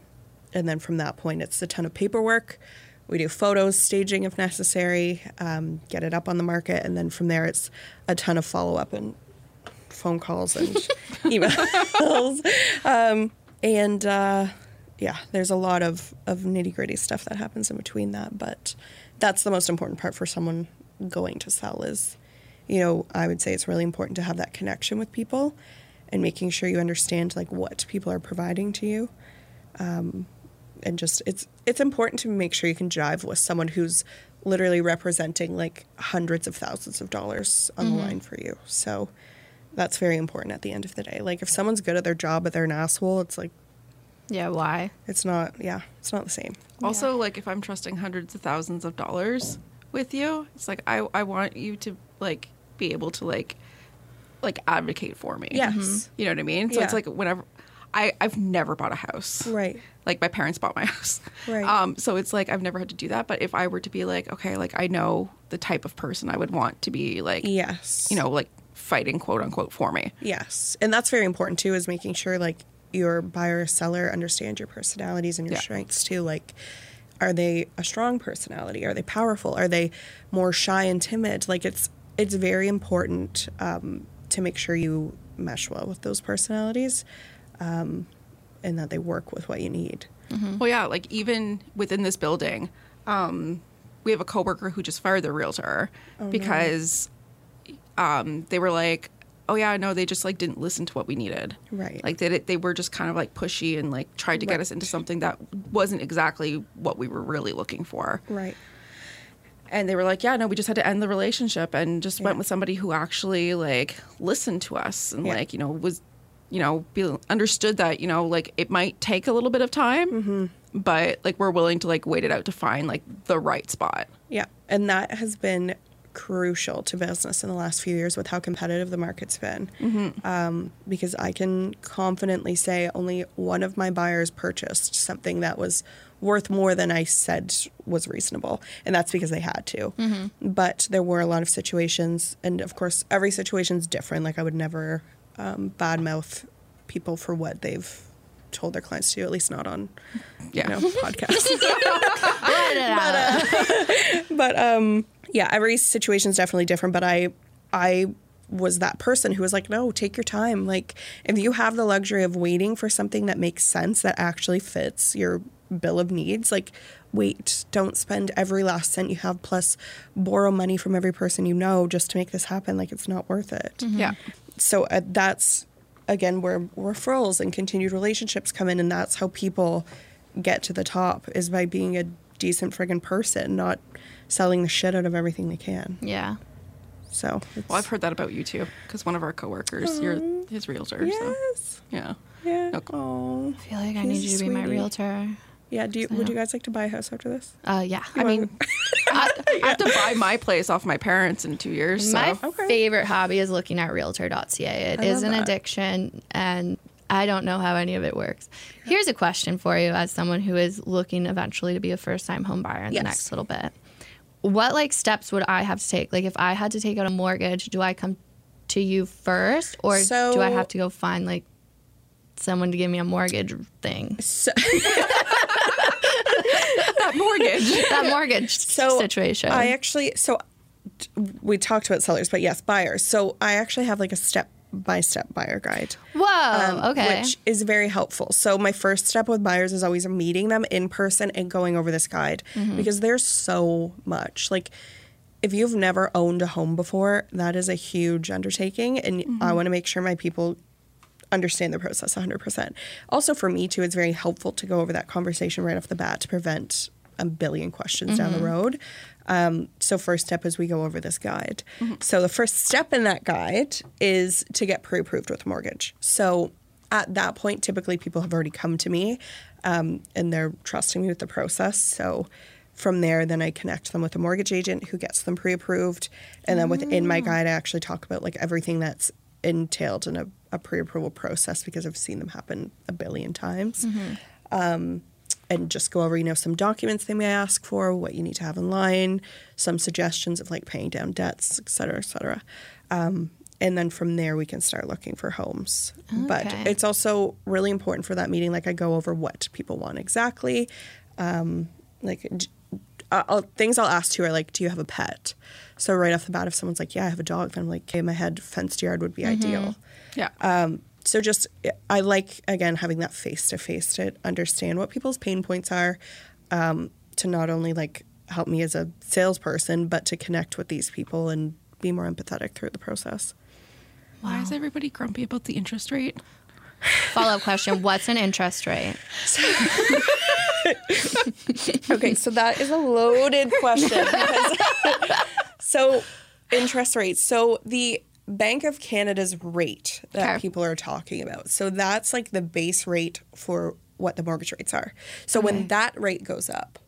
C: and then from that point it's a ton of paperwork we do photos staging if necessary um, get it up on the market and then from there it's a ton of follow-up and phone calls and emails um, and uh, yeah there's a lot of, of nitty-gritty stuff that happens in between that but that's the most important part for someone going to sell is you know i would say it's really important to have that connection with people and making sure you understand like what people are providing to you and just it's it's important to make sure you can jive with someone who's literally representing like hundreds of thousands of dollars on the line for you. So that's very important at the end of the day. Like if someone's good at their job but they're an asshole, it's like
A: Yeah,
C: <laughs>
A: why?
C: it's not yeah, it's not the same.
B: Also, like if I'm trusting hundreds of thousands of dollars with you, it's like I I want you to like be able to like like advocate for me.
C: Yes. Mhm.
B: You know what I mean? So it's
C: Yeah.
B: like whenever I I've never bought a house.
C: Right.
B: Like my parents bought my <laughs> house.
C: Right.
B: Um so it's like I've never had to do that, but if I were to be like, okay, like I know the type of person I would want to be like
C: Yes.
B: you know, like fighting quote unquote for me.
C: Yes. And that's very important too is making sure like your buyer or seller understand your personalities and your
B: Yeah.
C: strengths too? Like, are they a strong personality? Are they powerful? Are they more shy and timid? Like, it's it's very important um, to make sure you mesh well with those personalities, um, and that they work with what you need.
B: Well, yeah, like even within this building, um, we have a coworker who just fired their realtor because um, they were like, "Oh yeah, no, they just like didn't listen to what we needed."
C: Right.
B: Like they di- they were just kind of like pushy and like tried to get us into something that wasn't exactly what we were really looking for.
C: Right.
B: And they were like, "Yeah, no, we just had to end the relationship and just went with somebody who actually like listened to us and
C: Yeah.
B: like you know was." You know, be, understood that you know, like it might take a little bit of time, but like we're willing to like wait it out to find like the right spot.
C: Yeah. And that has been crucial to business in the last few years with how competitive the market's been. Um, because I can confidently say only one of my buyers purchased something that was worth more than I said was reasonable. And that's because they had to. But there were a lot of situations. And of course, every situation's different. Like I would never um, badmouth people for what they've told their clients to do, at least not on
B: Yeah.
C: you know, <laughs> podcasts.
A: Let it out.
C: uh, <laughs> but um yeah every situation's definitely different but i i was that person who was like no take your time like if you have the luxury of waiting for something that makes sense that actually fits your bill of needs like wait don't spend every last cent you have plus borrow money from every person you know just to make this happen like it's not worth it
B: Yeah.
C: so uh, that's again where referrals and continued relationships come in and that's how people get to the top is by being a decent friggin' person not selling the shit out of everything they can
A: yeah.
C: so it's-
B: Well, I've heard that about you too, because one of our coworkers, you're his realtor. So,
C: yes
B: yeah.
C: yeah
B: Okay.
C: oh
A: I feel like I
C: He's
A: need
C: a
A: you to be my
C: sweetie.
A: realtor.
C: yeah do you would you guys like to buy a house after this
A: Uh, yeah.
B: I
C: <laughs>
B: mean, I, I have to buy my place off my parents in two years. So.
A: My
C: Okay.
A: favorite hobby is looking at realtor.ca. It
C: I
A: is
C: love
A: an
C: that.
A: addiction, and I don't know how any of it works. Here's a question for you as someone who is looking eventually to be a first time home buyer in
C: Yes.
A: the next little bit. What like steps would I have to take? Like if I had to take out a mortgage, do I come to you first or do I
C: So-
A: have to go find like someone to give me a mortgage
C: <laughs>
A: thing?
C: so,
B: that <laughs> mortgage.
A: That mortgage
C: so
A: situation.
C: i actually so t- we talked about sellers but yes buyers so i actually have like a step by step buyer guide
A: Whoa,
C: um,
A: Oh, okay.
C: Which is very helpful. So my first step with buyers is always meeting them in person and going over this guide because there's so much. Like if you've never owned a home before, that is a huge undertaking and I want to make sure my people understand the process 100%. Also for me too it's very helpful to go over that conversation right off the bat to prevent a billion questions down the road. Um, so first step is we go over this guide. So the first step in that guide is to get pre-approved with mortgage. So at that point, typically people have already come to me, um, and they're trusting me with the process. So from there, then I connect them with a mortgage agent who gets them pre-approved, and then within my guide, I actually talk about like everything that's entailed in a, a pre-approval process because I've seen them happen a billion times and just go over, you know, some documents they may ask for, what you need to have in line, some suggestions of like paying down debts, et cetera, et cetera. Um, and then from there, we can start looking for homes. But
A: Okay.
C: it's also really important for that meeting. Like, I go over what people want exactly. Um, like, d- I- I'll, things I'll ask too are like, do you have a pet? So, right off the bat, if someone's like, yeah, I have a dog, then I'm like, okay, my head fenced yard would be ideal.
B: <laughs> Yeah.
C: Um, so just I like again having that face to face to understand what people's pain points are, um, to not only like help me as a salesperson, but to connect with these people and be more empathetic through the process.
B: Why is everybody grumpy about the interest rate?
A: Follow up question What's an interest rate?
C: Okay, so that is a loaded question. because- <laughs> so interest rates. So the Bank of Canada's rate that
A: Okay.
C: people are talking about. So that's like the base rate for what the mortgage rates are. So when that rate goes up,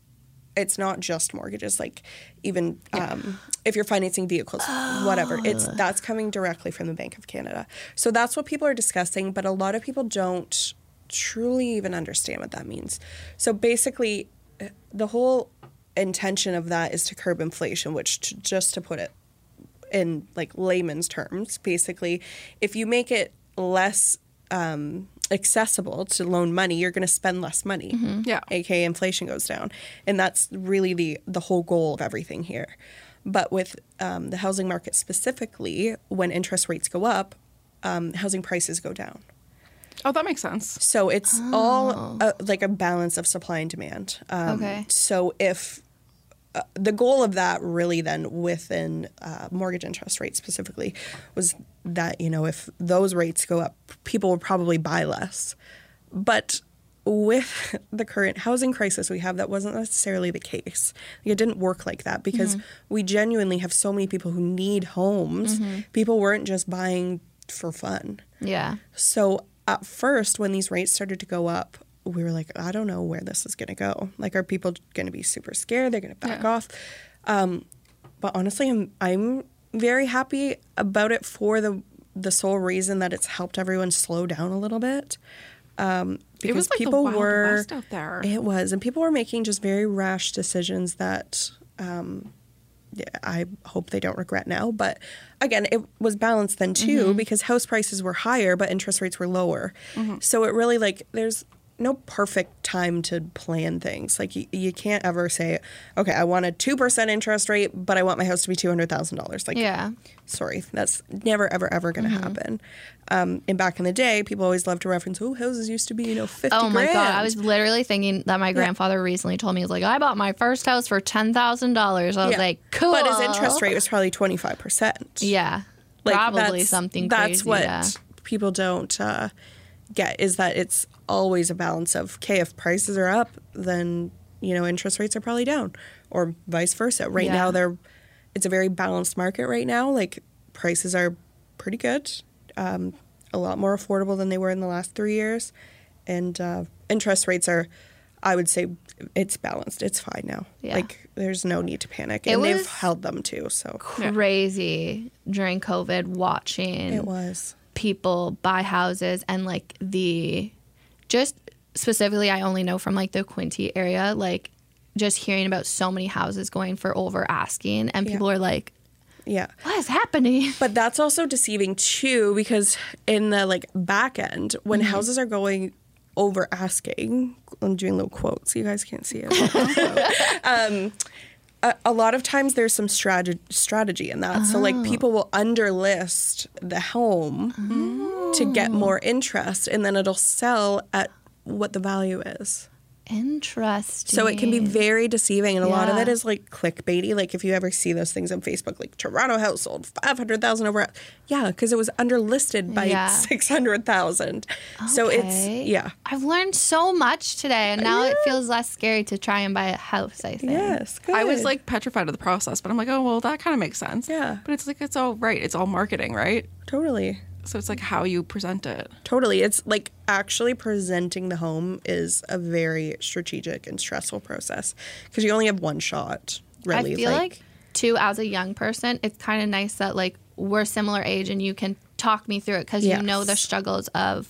C: it's not just mortgages. Like even um, if you're financing vehicles, whatever. It's that's coming directly from the Bank of Canada. So that's what people are discussing. But a lot of people don't truly even understand what that means. So basically, uh, the whole intention of that is to curb inflation, which to, just to put it in like layman's terms, basically, if you make it less um, accessible to loan money, you're going to spend less money.
B: Yeah.
C: aka inflation goes down and that's really the the whole goal of everything here but with um, the housing market specifically when interest rates go up um, housing prices go down
B: Oh, that makes sense.
C: so it's all uh like a balance of supply and demand um,
A: Okay.
C: so if uh, the goal of that really then within uh, mortgage interest rates specifically was that you know if those rates go up people would probably buy less but with <laughs> the current housing crisis we have that wasn't necessarily the case it didn't work like that because we genuinely have so many people who need homes people weren't just buying for fun
A: Yeah.
C: so at first, when these rates started to go up, we were like, I don't know where this is going to go. Like, are people going to be super scared? They're going to back
B: Yeah.
C: off. Um, but honestly, I'm I'm very happy about it for the the sole reason that it's helped everyone slow down a little bit. Um, because
B: It was like the
C: people
B: Wild
C: were
B: West out there.
C: it was, and people were making just very rash decisions that yeah, I hope they don't regret now. But again, it was balanced then too
A: Mm-hmm.
C: because house prices were higher, but interest rates were lower. So it really like there's no perfect time to plan things. Like you, you can't ever say, okay, I want a two percent interest rate, but I want my house to be two hundred thousand dollars. Like
A: Yeah. Mm-hmm.
C: sorry, that's never ever ever going to happen. Um, and back in the day, people always love to reference, oh, houses used to be you know fifty.
A: Oh my god! I
C: grand."
A: was literally thinking that my grandfather recently told me, "He's like, I bought my first house for ten thousand dollars." I was
C: Yeah.
A: like, "Cool."
C: But his interest rate was probably twenty five percent.
A: Yeah, probably
C: that's-
A: something.
C: That's
A: crazy,
C: what
A: yeah.
C: people don't uh, get is that it's always a balance of okay, if prices are up, then you know interest rates are probably down, or vice versa. Right
A: Yeah.
C: now, they're it's a very balanced market right now. Like prices are pretty good, um, a lot more affordable than they were in the last three years, and uh, interest rates are. I would say it's balanced. It's fine now.
A: Yeah.
C: Like there's no need to panic,
A: It
C: and they've
A: was-
C: held them too. So
B: Yeah.
A: Crazy during COVID, watching
C: it was.
A: people buy houses and like the just specifically I only know from like the Quincy area like just hearing about so many houses going for over asking and people are like
C: Yeah.
A: what is happening <laughs>
C: But that's also deceiving too, because in the like back end, when houses are going over asking, I'm doing little quotes. You guys can't see it. um, a, a lot of times there's some strategy strategy in that. So like people will underlist the home to get more interest, and then it'll sell at what the value is.
A: interesting
C: So it can be very deceiving, and a lot of
A: Yeah.
C: it is like clickbaity. Like if you ever see those things on Facebook, like Toronto household five hundred thousand over, yeah, because it was underlisted by
A: Yeah.
C: six hundred thousand. So it's
A: Okay.
C: yeah,
A: I've learned so much today and now it feels less scary to try and buy a house I think
C: yes. Good.
B: I was like petrified of the process, but I'm like, oh well, that kind of makes sense.
C: Yeah.
B: But it's like it's all right. It's all marketing, right?
C: totally,
B: So it's like how you present it.
C: totally. It's like actually presenting the home is a very strategic and stressful process because you only have one shot. Really,
A: I feel like, too, as a young person, it's kind of nice that like we're similar age and you can talk me through it because you know the
C: Yes.
A: struggles of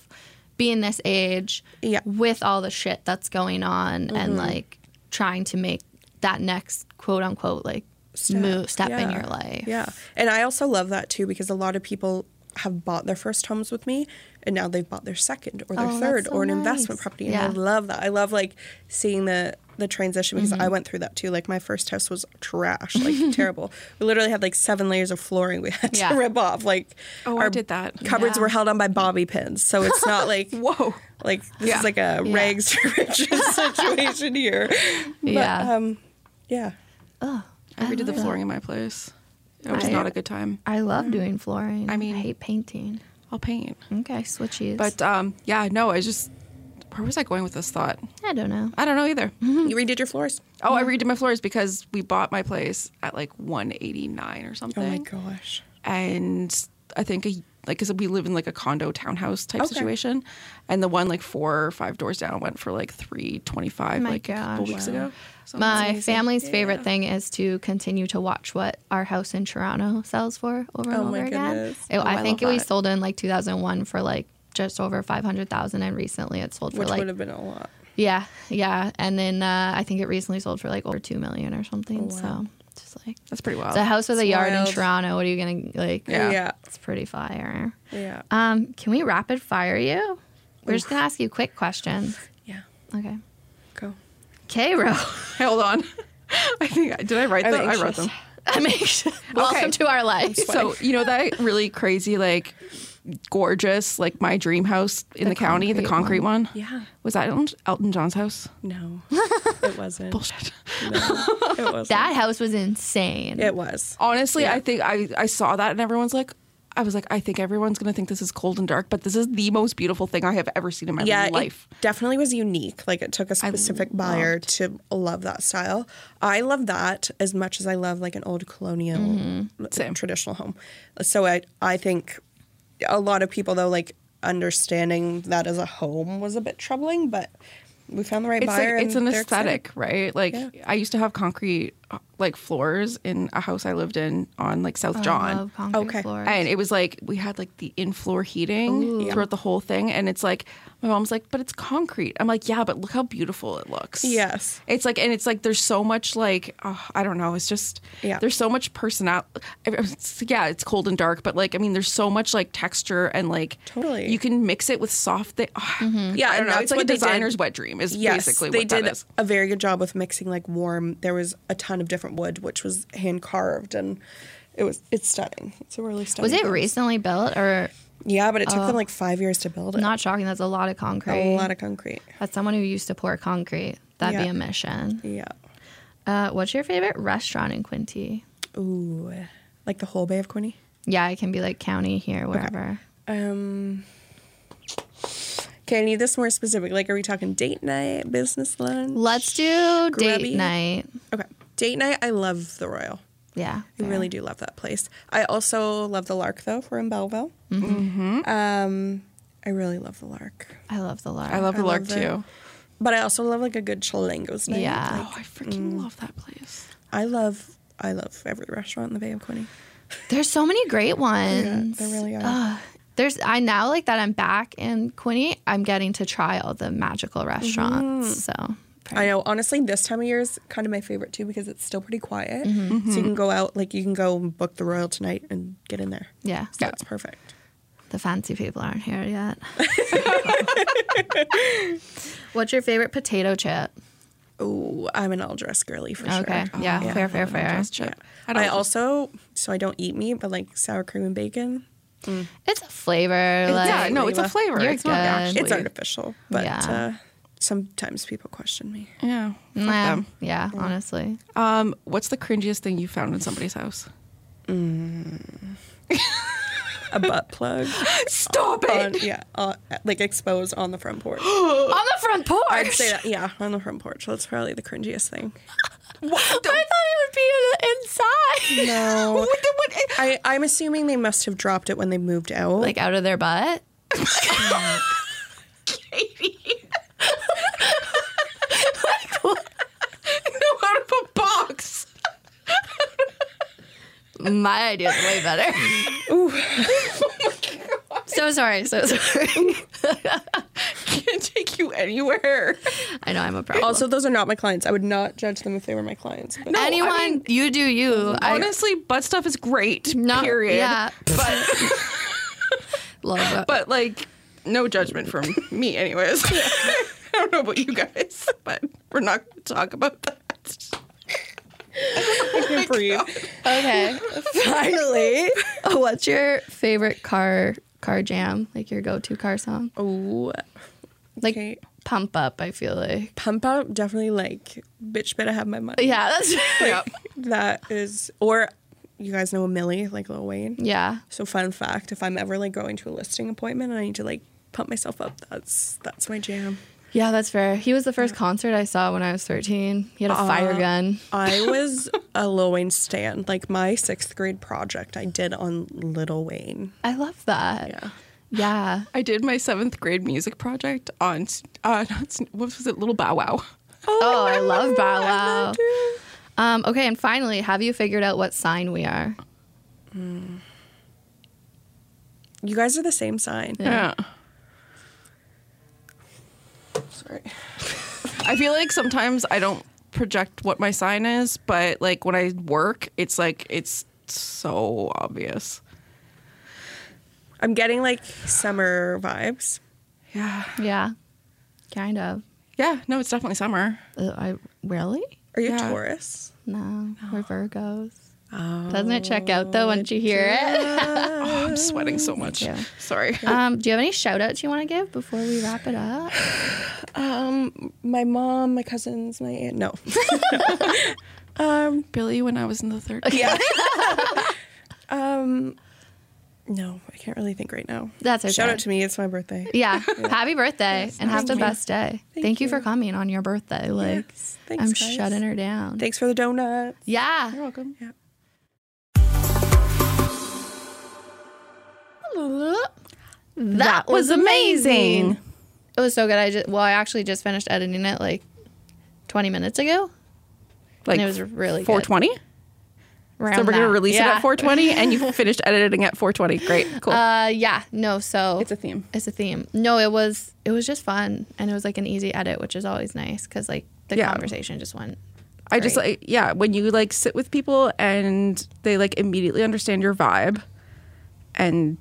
A: being this age
C: Yeah. Mm-hmm.
A: with all the shit that's going on and like trying to make that next quote unquote like
C: step.
A: move step in
C: Yeah.
A: your life.
C: Yeah. And I also love that too because a lot of people have bought their first homes with me and now they've bought their second or their
A: Oh, that's
C: third
A: so
C: or an
A: nice.
C: investment property. And I
A: Yeah.
C: love that. I love like seeing the the transition because
A: Mm-hmm.
C: I went through that too. Like my first house was trash,
A: <laughs>
C: like terrible. We literally had like seven layers of flooring we had to
A: Yeah.
C: rip off. Like
B: Oh, I did that.
C: Cupboards
A: Yeah.
C: were held on by bobby pins. So it's
A: <laughs>
C: not like
B: Whoa.
C: like this
B: Yeah.
C: is like a
A: Yeah.
C: rags to
A: <laughs>
C: riches situation here. But,
A: Yeah.
C: Um yeah.
B: I redid
A: Ah.
B: the flooring in my place. It was
A: I-
B: not a good time.
A: I love
C: Mm-hmm.
A: doing flooring.
B: I mean-
A: I hate painting.
B: I'll paint.
A: Okay, switchies.
B: But um, yeah, no, I just where was I going with this thought?
A: I don't know.
B: I don't know either.
A: Mm-hmm.
C: You redid your floors.
B: Oh, I redid my floors because we bought my place at like 189 or something.
C: Oh my gosh.
B: and I think a, like 'cause we live in like a condo townhouse type
C: Okay.
B: situation, and the one like four or five doors down went for like three twenty five
A: My
B: like a couple
A: gosh.
B: weeks ago. So
A: My
C: amazing.
A: family's
C: Yeah.
A: favorite thing is to continue to watch what our house in Toronto sells for over and
C: Oh
A: over
C: my
A: again.
C: goodness. Oh,
A: It- I,
B: I
A: think it
B: love
A: was
B: that.
A: sold in like 2001 for like just over 500,000 and recently it sold for
C: Which
A: like
C: would have been a lot.
A: yeah, yeah, and then uh, I think it recently sold for like over 2 million or something.
C: Oh,
A: So just like
B: that's pretty wild.
A: it's a house with a yard
C: wild.
A: in Toronto. What are you going to like
B: Yeah.
C: Yeah.
B: Uh,
A: It's pretty fire.
C: Yeah.
A: Um, can we rapid fire you? We're just gonna ask you quick questions.
C: Yeah.
A: Okay.
C: Go.
A: Okay, Ro.
B: <laughs> Hold on. <laughs> I think did I write
C: I'm
B: that? I wrote
C: anxious.
B: them.
A: I'm anxious. <laughs> Welcome to our life.
B: So you know that really crazy, like gorgeous, like my dream house in the, county, the
A: concrete
B: concrete one.
C: Yeah.
B: Was that Elton, Elton John's house? <laughs>
C: No, it wasn't.
B: Bullshit.
C: No, it
A: <laughs>
C: wasn't.
A: That house was insane.
C: it was.
B: Honestly,
C: Yeah.
B: I think I I saw that and everyone's like. I was like, I think everyone's gonna think this is cold and dark, but this is the most beautiful thing I have ever seen in my
C: Yeah, it
B: life.
C: definitely was unique. Like it took a specific buyer to love that style. I love that as much as I love like an old colonial
B: Mm-hmm. Same.
C: traditional home. So I I think a lot of people though like understanding that as a home was a bit troubling, but we found the right
B: it's
C: buyer.
B: like it's
C: and
B: an
C: they're excited.
B: aesthetic, right? Like I used to have concrete uh, like floors in a house I lived in on like
C: Oh,
B: South
A: I
B: John.
A: love concrete
C: Okay.
A: floors.
B: and it was like we had like the in floor heating throughout the whole thing and it's like my mom's like but it's concrete i'm like yeah but look how beautiful it looks
C: Yes.
B: it's like and it's like there's so much like oh, i don't know it's just
C: Yeah.
B: there's so much personality yeah it's cold and dark but like i mean there's so much like texture and like
C: Totally. Mm-hmm.
B: you can mix it with soft thi- oh,
C: Yeah,
B: i don't
C: and
B: know
C: that's
B: it's like a
C: what they did.
B: designer's wet dream is basically
C: they
B: what
C: did
B: that is
C: a very good job with mixing like warm. There was a ton of different wood, which was hand carved, and it was it's stunning. It's a really stunning.
A: was it
C: house.
A: recently built or
C: Yeah, but it took them like five years to build it.
A: not shocking? That's a lot of concrete.
C: a lot of concrete.
A: That's someone who used to pour concrete. That'd be
C: Yeah.
A: a mission.
C: Yeah.
A: Uh, what's your favorite restaurant in Quincy?
C: Ooh, like the whole Bay of Quinny.
A: Yeah, it can be like county here, wherever.
C: Um. Okay, I need this more specific. Like, are we talking date night, business lunch?
A: Let's do
C: Grubby.
A: date night.
C: Okay, date night. I love the Royal.
A: Yeah.
C: I really do love that place. I also love the Lark though. We're in Belleville. Mm-hmm. Um, I really love the Lark,
A: I love the lark.
B: i love the
C: I
B: lark
C: love it.
B: too
C: but I also love like a good Chilango's night.
A: Yeah.
C: Like,
B: oh i
C: Mm.
B: freaking love that place
C: I love. I love every restaurant in the Bay of Quinny.
A: There's so many great ones.
C: there really are.
A: Ugh. there's I now like that I'm back in Quinny. I'm getting to try all the magical restaurants. So
C: I know. Honestly, this time of year is kind of my favorite too because it's still pretty quiet. So you can go out, like you can go and book the Royal tonight and get in there.
A: yeah,
C: So it's perfect.
A: the fancy people aren't here
C: <laughs>
A: yet. <laughs> What's your favorite potato chip?
C: Ooh, I'm an all dress girly for
A: Okay,
C: sure. Oh,
A: yeah,
B: yeah,
A: fair, fair, fair.
B: Just chip.
C: I,
B: don't-
C: also, so I don't eat meat, but like sour cream and bacon,
A: It's a flavor. Like,
B: yeah, no, it's a flavor.
A: You're
B: it's not
A: good.
B: actually.
C: it's artificial. But
A: Yeah.
C: uh, sometimes people question me.
B: Yeah. fuck
A: Nah,
B: them.
A: yeah, honestly.
B: Um, what's the cringiest thing you found in somebody's house?
C: A butt plug.
B: Stop
C: on, yeah, uh, like exposed on the front
B: <gasps>
C: porch.
A: On the front porch.
C: Oh. I'd say that, yeah, on the front porch. That's probably the cringiest thing.
A: <laughs> I thought it would be in- inside. <laughs>
C: No.
B: What the- what-
C: I, I'm assuming they must have dropped it when they moved out. <laughs>
B: <laughs>
A: Like out of their butt.
B: <laughs> No, out of a box.
A: My idea is way
C: <laughs>
A: better. So sorry, so <laughs> sorry.
B: Can't take you anywhere.
A: I know I'm a problem.
C: also, those are not my clients. I would not judge them if they were my clients. But
B: I
A: anyone,
B: mean-
A: you do you. I
B: Honestly, butt stuff is great.
A: No,
B: period.
A: yeah.
B: But
A: love it.
B: but like no judgment <laughs> from me anyways. I don't know about you guys, but we're not gonna talk about that.
C: I can breathe.
A: okay.
B: <laughs>
A: Finally, <laughs> what's your favorite car car jam? Like your go-to car song?
C: Ooh.
A: Like
C: okay.
A: Pump Up. I feel like.
C: Pump out definitely like bitch better have my money.
A: Yeah, that's
B: Yep.
C: <laughs> That is or you guys know a Millie, like Lil Wayne.
A: yeah.
C: So fun fact, if I'm ever like going to a listing appointment and I need to like pump myself up, that's that's my jam.
A: Yeah, that's fair. He was the first concert I saw when I was 13. He had a fire gun.
C: <laughs> I was a Lil Wayne stan. Like my sixth grade project I did on Little Wayne.
A: I love that. Yeah. Yeah.
B: I did my seventh grade music project on uh, <laughs> not, Sn- what was it? Little Bow Wow.
A: Oh, I love Bow Wow. Um, okay, and finally, have you figured out what sign we are?
C: You guys are the same sign.
A: Yeah.
C: Sorry.
B: I feel like sometimes I don't project what my sign is, but like when I work, it's like it's so obvious.
C: I'm getting like summer vibes.
B: Yeah.
A: Yeah, kind of.
B: Yeah. No, it's definitely summer.
A: Uh, I really?
C: Are you
B: Yeah.
C: Taurus?
A: No, we're Virgos.
C: Oh.
A: Doesn't it check out though once you hear it?
B: Oh, I'm sweating so much.
A: too.
B: Sorry.
A: <laughs> Um, do you have any shout outs you want to give before we wrap it up?
C: Um, my mom, my cousins, my aunt. <laughs> No. um,
B: Billy, when I was in the third.
C: <laughs> yeah. um, no, I can't really think right now.
A: That's okay.
C: Shout out to me. It's my birthday. <laughs>
A: Yeah. Happy birthday and have
C: thank
A: the
C: you.
A: best day. Thank,
C: Thank
A: you. for
C: you.
A: coming on your birthday. Like
C: Yes. Thanks,
A: I'm
C: guys.
A: shutting her down.
C: Thanks for the donut.
A: yeah.
B: You're welcome.
C: Yeah.
A: That was amazing. It was so good. I just well, I actually just finished editing it like 20 minutes ago.
B: Like
A: it was really good.
B: 420.
A: Around
B: So we're gonna
A: that.
B: release it
A: Yeah.
B: at 420, and
A: <laughs>
B: you finished editing at 420. Great. Cool.
A: Uh, yeah. No. So
B: it's a theme.
A: it's a theme. No, it was it was just fun and it was like an easy edit, which is always nice because like the
B: Yeah.
A: conversation just went.
B: I just like yeah, when you like sit with people and they like immediately understand your vibe and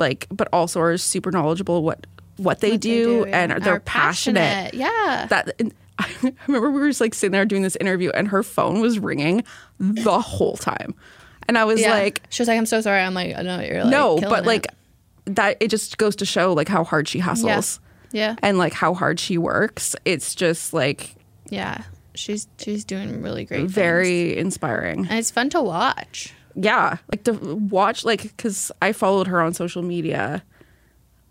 B: like but also are super knowledgeable what what they, do, and
A: yeah.
B: are, they're
A: Are
B: passionate.
A: Yeah.
B: That and <laughs> I remember we were just like sitting there doing this interview and her phone was ringing the whole time. And I was
A: Yeah.
B: like,
A: she was like, "I'm so sorry." I'm like, "No, you're like
B: no,
A: killing
B: but
A: it."
B: like that it just goes to show like how hard she
A: yeah,
B: hustles
A: yeah,
B: and like how hard she works. It's just like
A: yeah. She's she's doing really great. things.
B: very inspiring.
A: and it's fun to watch.
B: yeah like to watch like because i followed her on social media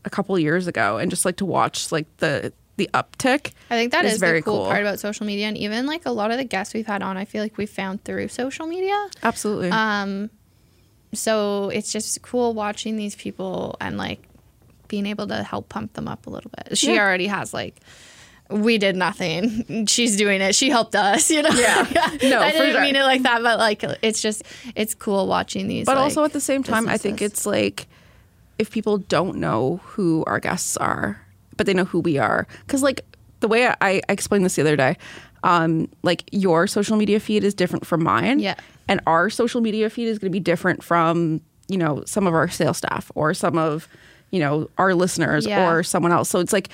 B: a couple years ago and just like to watch like the the uptick
A: I think that is, the cool, part about social media, and even like a lot of the guests we've had on, I feel like we found through social media.
B: absolutely
A: Um, so it's just cool watching these people and like being able to help pump them up a little bit. She
B: Yeah.
A: already has like. We did nothing. <laughs> She's doing it. She helped us, <laughs> you know. Yeah,
B: No,
A: I
B: for
A: didn't
B: sure.
A: mean it like that, but like it's just it's cool watching these.
B: but
A: like,
B: also at the same time i think
A: businesses.
B: it's like if people don't know who our guests are but they know who we are because like the way I, I explained this the other day um like your social media feed is different from mine
A: Yeah.
B: and our social media feed is going to be different from you know some of our sales staff or some of you know our listeners
A: Yeah.
B: or someone else so it's like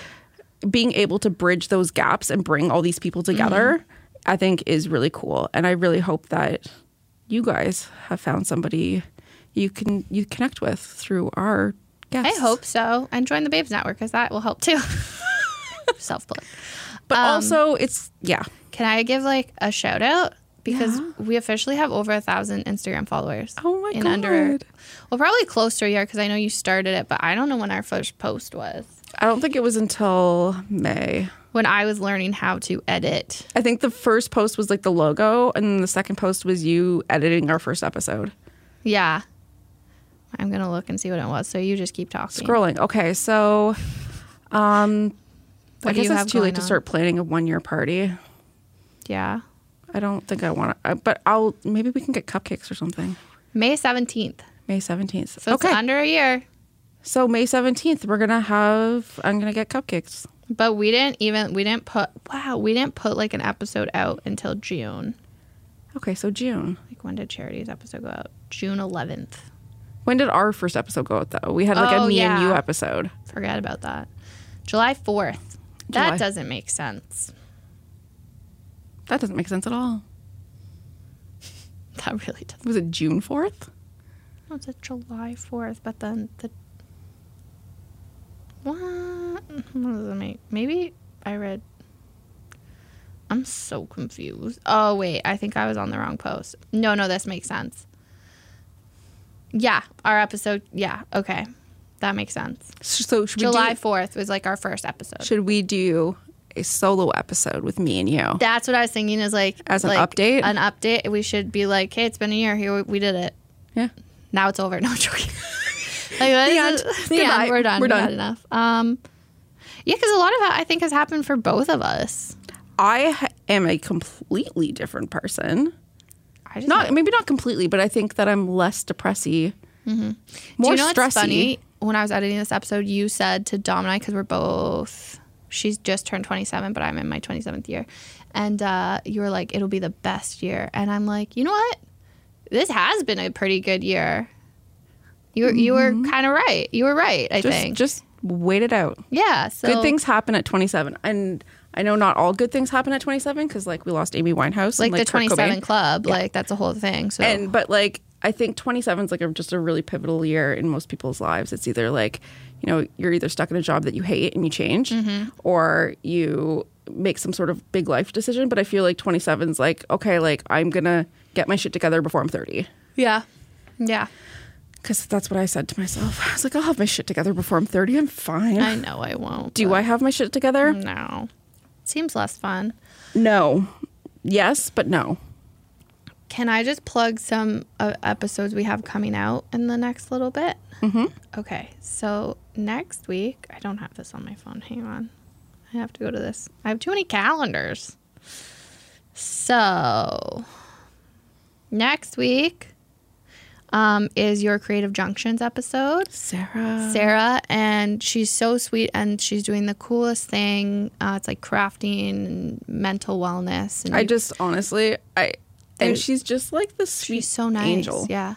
B: being able to bridge those gaps and bring all these people together
A: Mm-hmm.
B: i think is really cool and i really hope that you guys have found somebody you can you connect with through our guests
A: I hope so. And join the Babes Network because that will help
B: <laughs>
A: too. <laughs> Self plug.
B: but
A: um,
B: also it's yeah
A: Can I give like a shout out? Because we officially have over a thousand Instagram followers.
B: Oh my
A: in Under,
B: God.
A: well, probably close to a year because I know you started it, but I don't know when our first post was.
B: i don't think it was until may
A: When I was learning how to edit.
B: i think the first post was like the logo and then the second post was you editing our first episode
A: Yeah. I'm going to look and see what it was. So you just keep talking.
B: scrolling okay so um
A: What
B: i
A: do
B: guess
A: you have
B: it's too late
A: going
B: to
A: on?
B: start planning a one year party
A: Yeah.
B: i don't think i want to but i'll maybe we can get cupcakes or something
A: May 17th.
B: may 17th
A: So
B: okay
A: it's under a year.
B: so may 17th we're gonna have i'm gonna get cupcakes
A: But we didn't even, we didn't put, wow, we didn't put like an episode out until June.
B: okay so june
A: Like when did charities episode go out? June 11th.
B: When did our first episode go out though? We had like
A: Oh,
B: a me and you
A: yeah.
B: episode.
A: Forgot about that. July 4th. That
B: July.
A: doesn't make sense. <laughs>
B: That doesn't make sense at all.
A: That really doesn't.
B: Was it June fourth?
A: No, it's a July 4th, but then the. What? What does it make? Maybe I read. I'm so confused. Oh, wait. I think I was on the wrong post. No, no, this makes sense. Yeah, our episode. Yeah, okay. That makes sense.
B: So should
A: July
B: we
A: 4th was like our first episode.
B: do, should we do a solo episode with me and you?
A: That's what I was thinking is like
B: As an
A: like,
B: update?
A: An update. We should be like, hey, it's been a year. Here we- we did it.
B: Yeah.
A: Now it's over. <laughs> No I'm joking. like this
B: end.
A: is-
B: <laughs> Goodbye.
A: yeah, we're done.
B: We're
A: We're done.
B: done.
A: enough. Um, yeah, because a lot of that I think has happened for both of us.
B: I ha- am a completely different person.
A: I just
B: Not maybe not completely, but I think that I'm less depressy.
A: Mm-hmm. Do
B: More
A: you know
B: stressy.
A: what's funny? When I was editing this episode, you said to Dominic because we're both. She's just turned 27, but I'm in my 27th year, and uh, you were like, "It'll be the best year," and I'm like, "You know what? This has been a pretty good year." You were, you were kind of right. You were right. I
B: Mm-hmm. Just
A: think
B: just wait it out.
A: Yeah. So
B: good things happen at 27. And I know not all good things happen at 27 because like we lost Amy Winehouse.
A: like,
B: and,
A: the
B: Kurt Cobain.
A: 27 Club, like that's a whole thing. So
B: And but like I think 27 is like a, just a really pivotal year in most people's lives. It's either like you know you're either stuck in a job that you hate and you change,
A: Mm-hmm.
B: or you make some sort of big life decision. But I feel like 27 is like okay, like I'm gonna get my shit together before I'm 30.
A: yeah, yeah.
B: Because that's what I said to myself. <laughs> I was like, I'll have my shit together before I'm 30. I'm fine.
A: I know I won't.
B: Do I have my shit together?
A: No. Seems less fun.
B: No. Yes, but no.
A: Can I just plug some uh, episodes we have coming out in the next little bit? Mm-hmm. Okay. So next week, I don't have this on my phone. Hang on. I have to go to this. I have too many calendars. So next week um, is your Creative Junctions episode.
B: Sarah.
A: Sarah, and she's so sweet, and she's doing the coolest thing. Uh, it's like crafting and mental wellness. And
B: I
A: you-
B: just honestly, I and she's just like the sweet
A: she's so nice.
B: angel.
A: Yeah.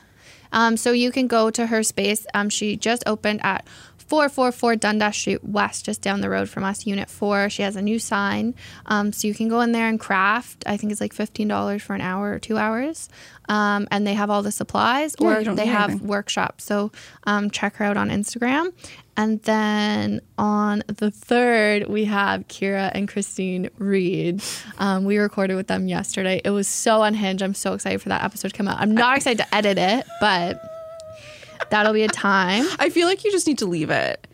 A: Um, so you can go to her space. Um, she just opened at 444 Dundas Street West, just down the road from us, Unit 4. She has a new sign. Um, so you can go in there and craft. I think it's like $15 for an hour or two hours. Um, and they have all the supplies
B: Yeah,
A: or
B: you don't
A: they
B: need
A: have
B: anything.
A: workshops. So um, check her out on Instagram. And then on the third, we have Kira and Christine Reed. Um, we recorded with them yesterday. It was so unhinged. I'm so excited for that episode to come out. I'm not excited to edit it, but that'll be a time.
B: I feel like you just need to leave it.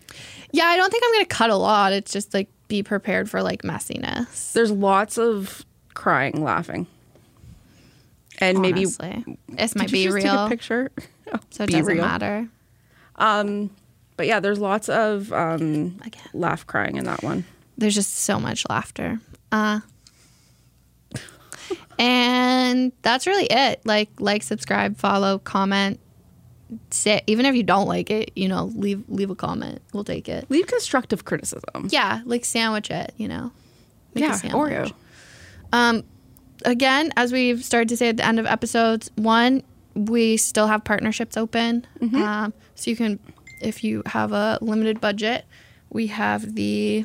A: Yeah, I don't think I'm going to cut a lot. It's just like be prepared for like messiness.
B: There's lots of crying, laughing, and maybe
A: honestly. this might
B: Did you
A: be
B: just take a
A: real,
B: picture.
A: <laughs> so it
B: <laughs> Be
A: doesn't
B: real.
A: matter.
B: Um, but yeah, there's lots of um,
A: Again.
B: laugh crying in that one.
A: There's just so much laughter. Uh, and that's really it. Like, like, subscribe, follow, comment. Sit. Even if you don't like it, you know, leave leave a comment. We'll take it.
B: Leave constructive criticism.
A: Yeah, like sandwich it. You know, Make a sandwich.
B: Oreo.
A: again, as we've started to say at the end of episodes, one, we still have partnerships open. Um, so you can, if you have a limited budget, we have the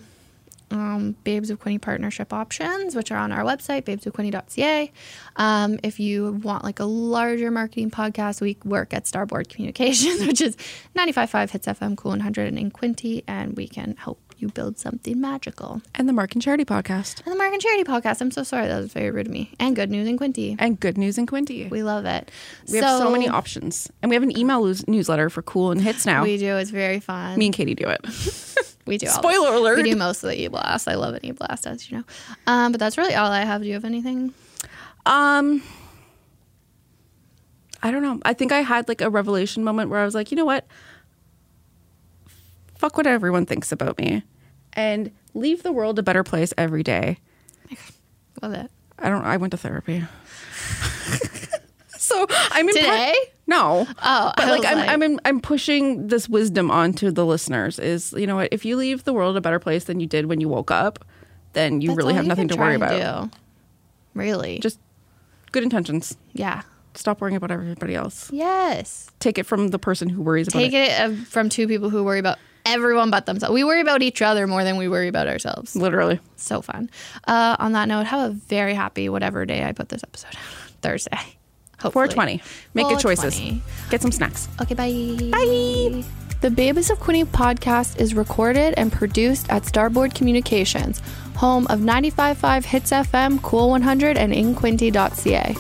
A: um, Babes of Quinny partnership options, which are on our website, babesofquinny.ca. Um, if you want like a larger marketing podcast, we work at Starboard Communications, <laughs> which is 95.5 Hits FM, Cool 100, and in Quinty, and we can help you build something magical.
B: And the Mark and Charity podcast.
A: And the Mark and Charity podcast. I'm so sorry. That was very rude of me. And Good News in Quinty.
B: And Good News and Quinty. We,
A: We love it.
B: have so many options. And we have an email lose- newsletter for cool and hits now.
A: We do. It's very fun.
B: Me and Katie do it. <laughs>
A: we do. all-
B: Spoiler alert.
A: We do most of the e blast. I love an e blast, as you know. Um, but that's really all I have. Do you have anything?
B: Um, I don't know. I think I had like a revelation moment where I was like, you know what? Fuck what everyone thinks about me, and leave the world a better place every day.
A: Love it.
B: I don't. I went to therapy,
A: <laughs>
B: so I'm in
A: Today?
B: no,
A: Oh,
B: but
A: I
B: like
A: was
B: I'm,
A: like-
B: I'm in, I'm pushing this wisdom onto the listeners. Is you know what? If you leave the world a better place than you did when you woke up, then you
A: That's
B: really
A: all
B: have nothing
A: can
B: to worry
A: try and
B: about.
A: do. Really?
B: Just good intentions.
A: yeah.
B: Stop worrying about everybody else.
A: Yes.
B: take it from the person who worries about
A: Take
B: it.
A: it uh, from two people who worry about everyone but themselves. We worry about each other more than we worry about ourselves.
B: Literally.
A: So fun. Uh, on that note, have a very happy whatever day I put this episode <laughs> out. Thursday. Hopefully.
B: 420. Make good choices.
A: 420.
B: Get some snacks.
A: Okay, bye. Bye. The Babies of Quinny podcast is recorded and produced at Starboard Communications, home of 95.5 Hits FM, Cool 100, and inquinty.ca.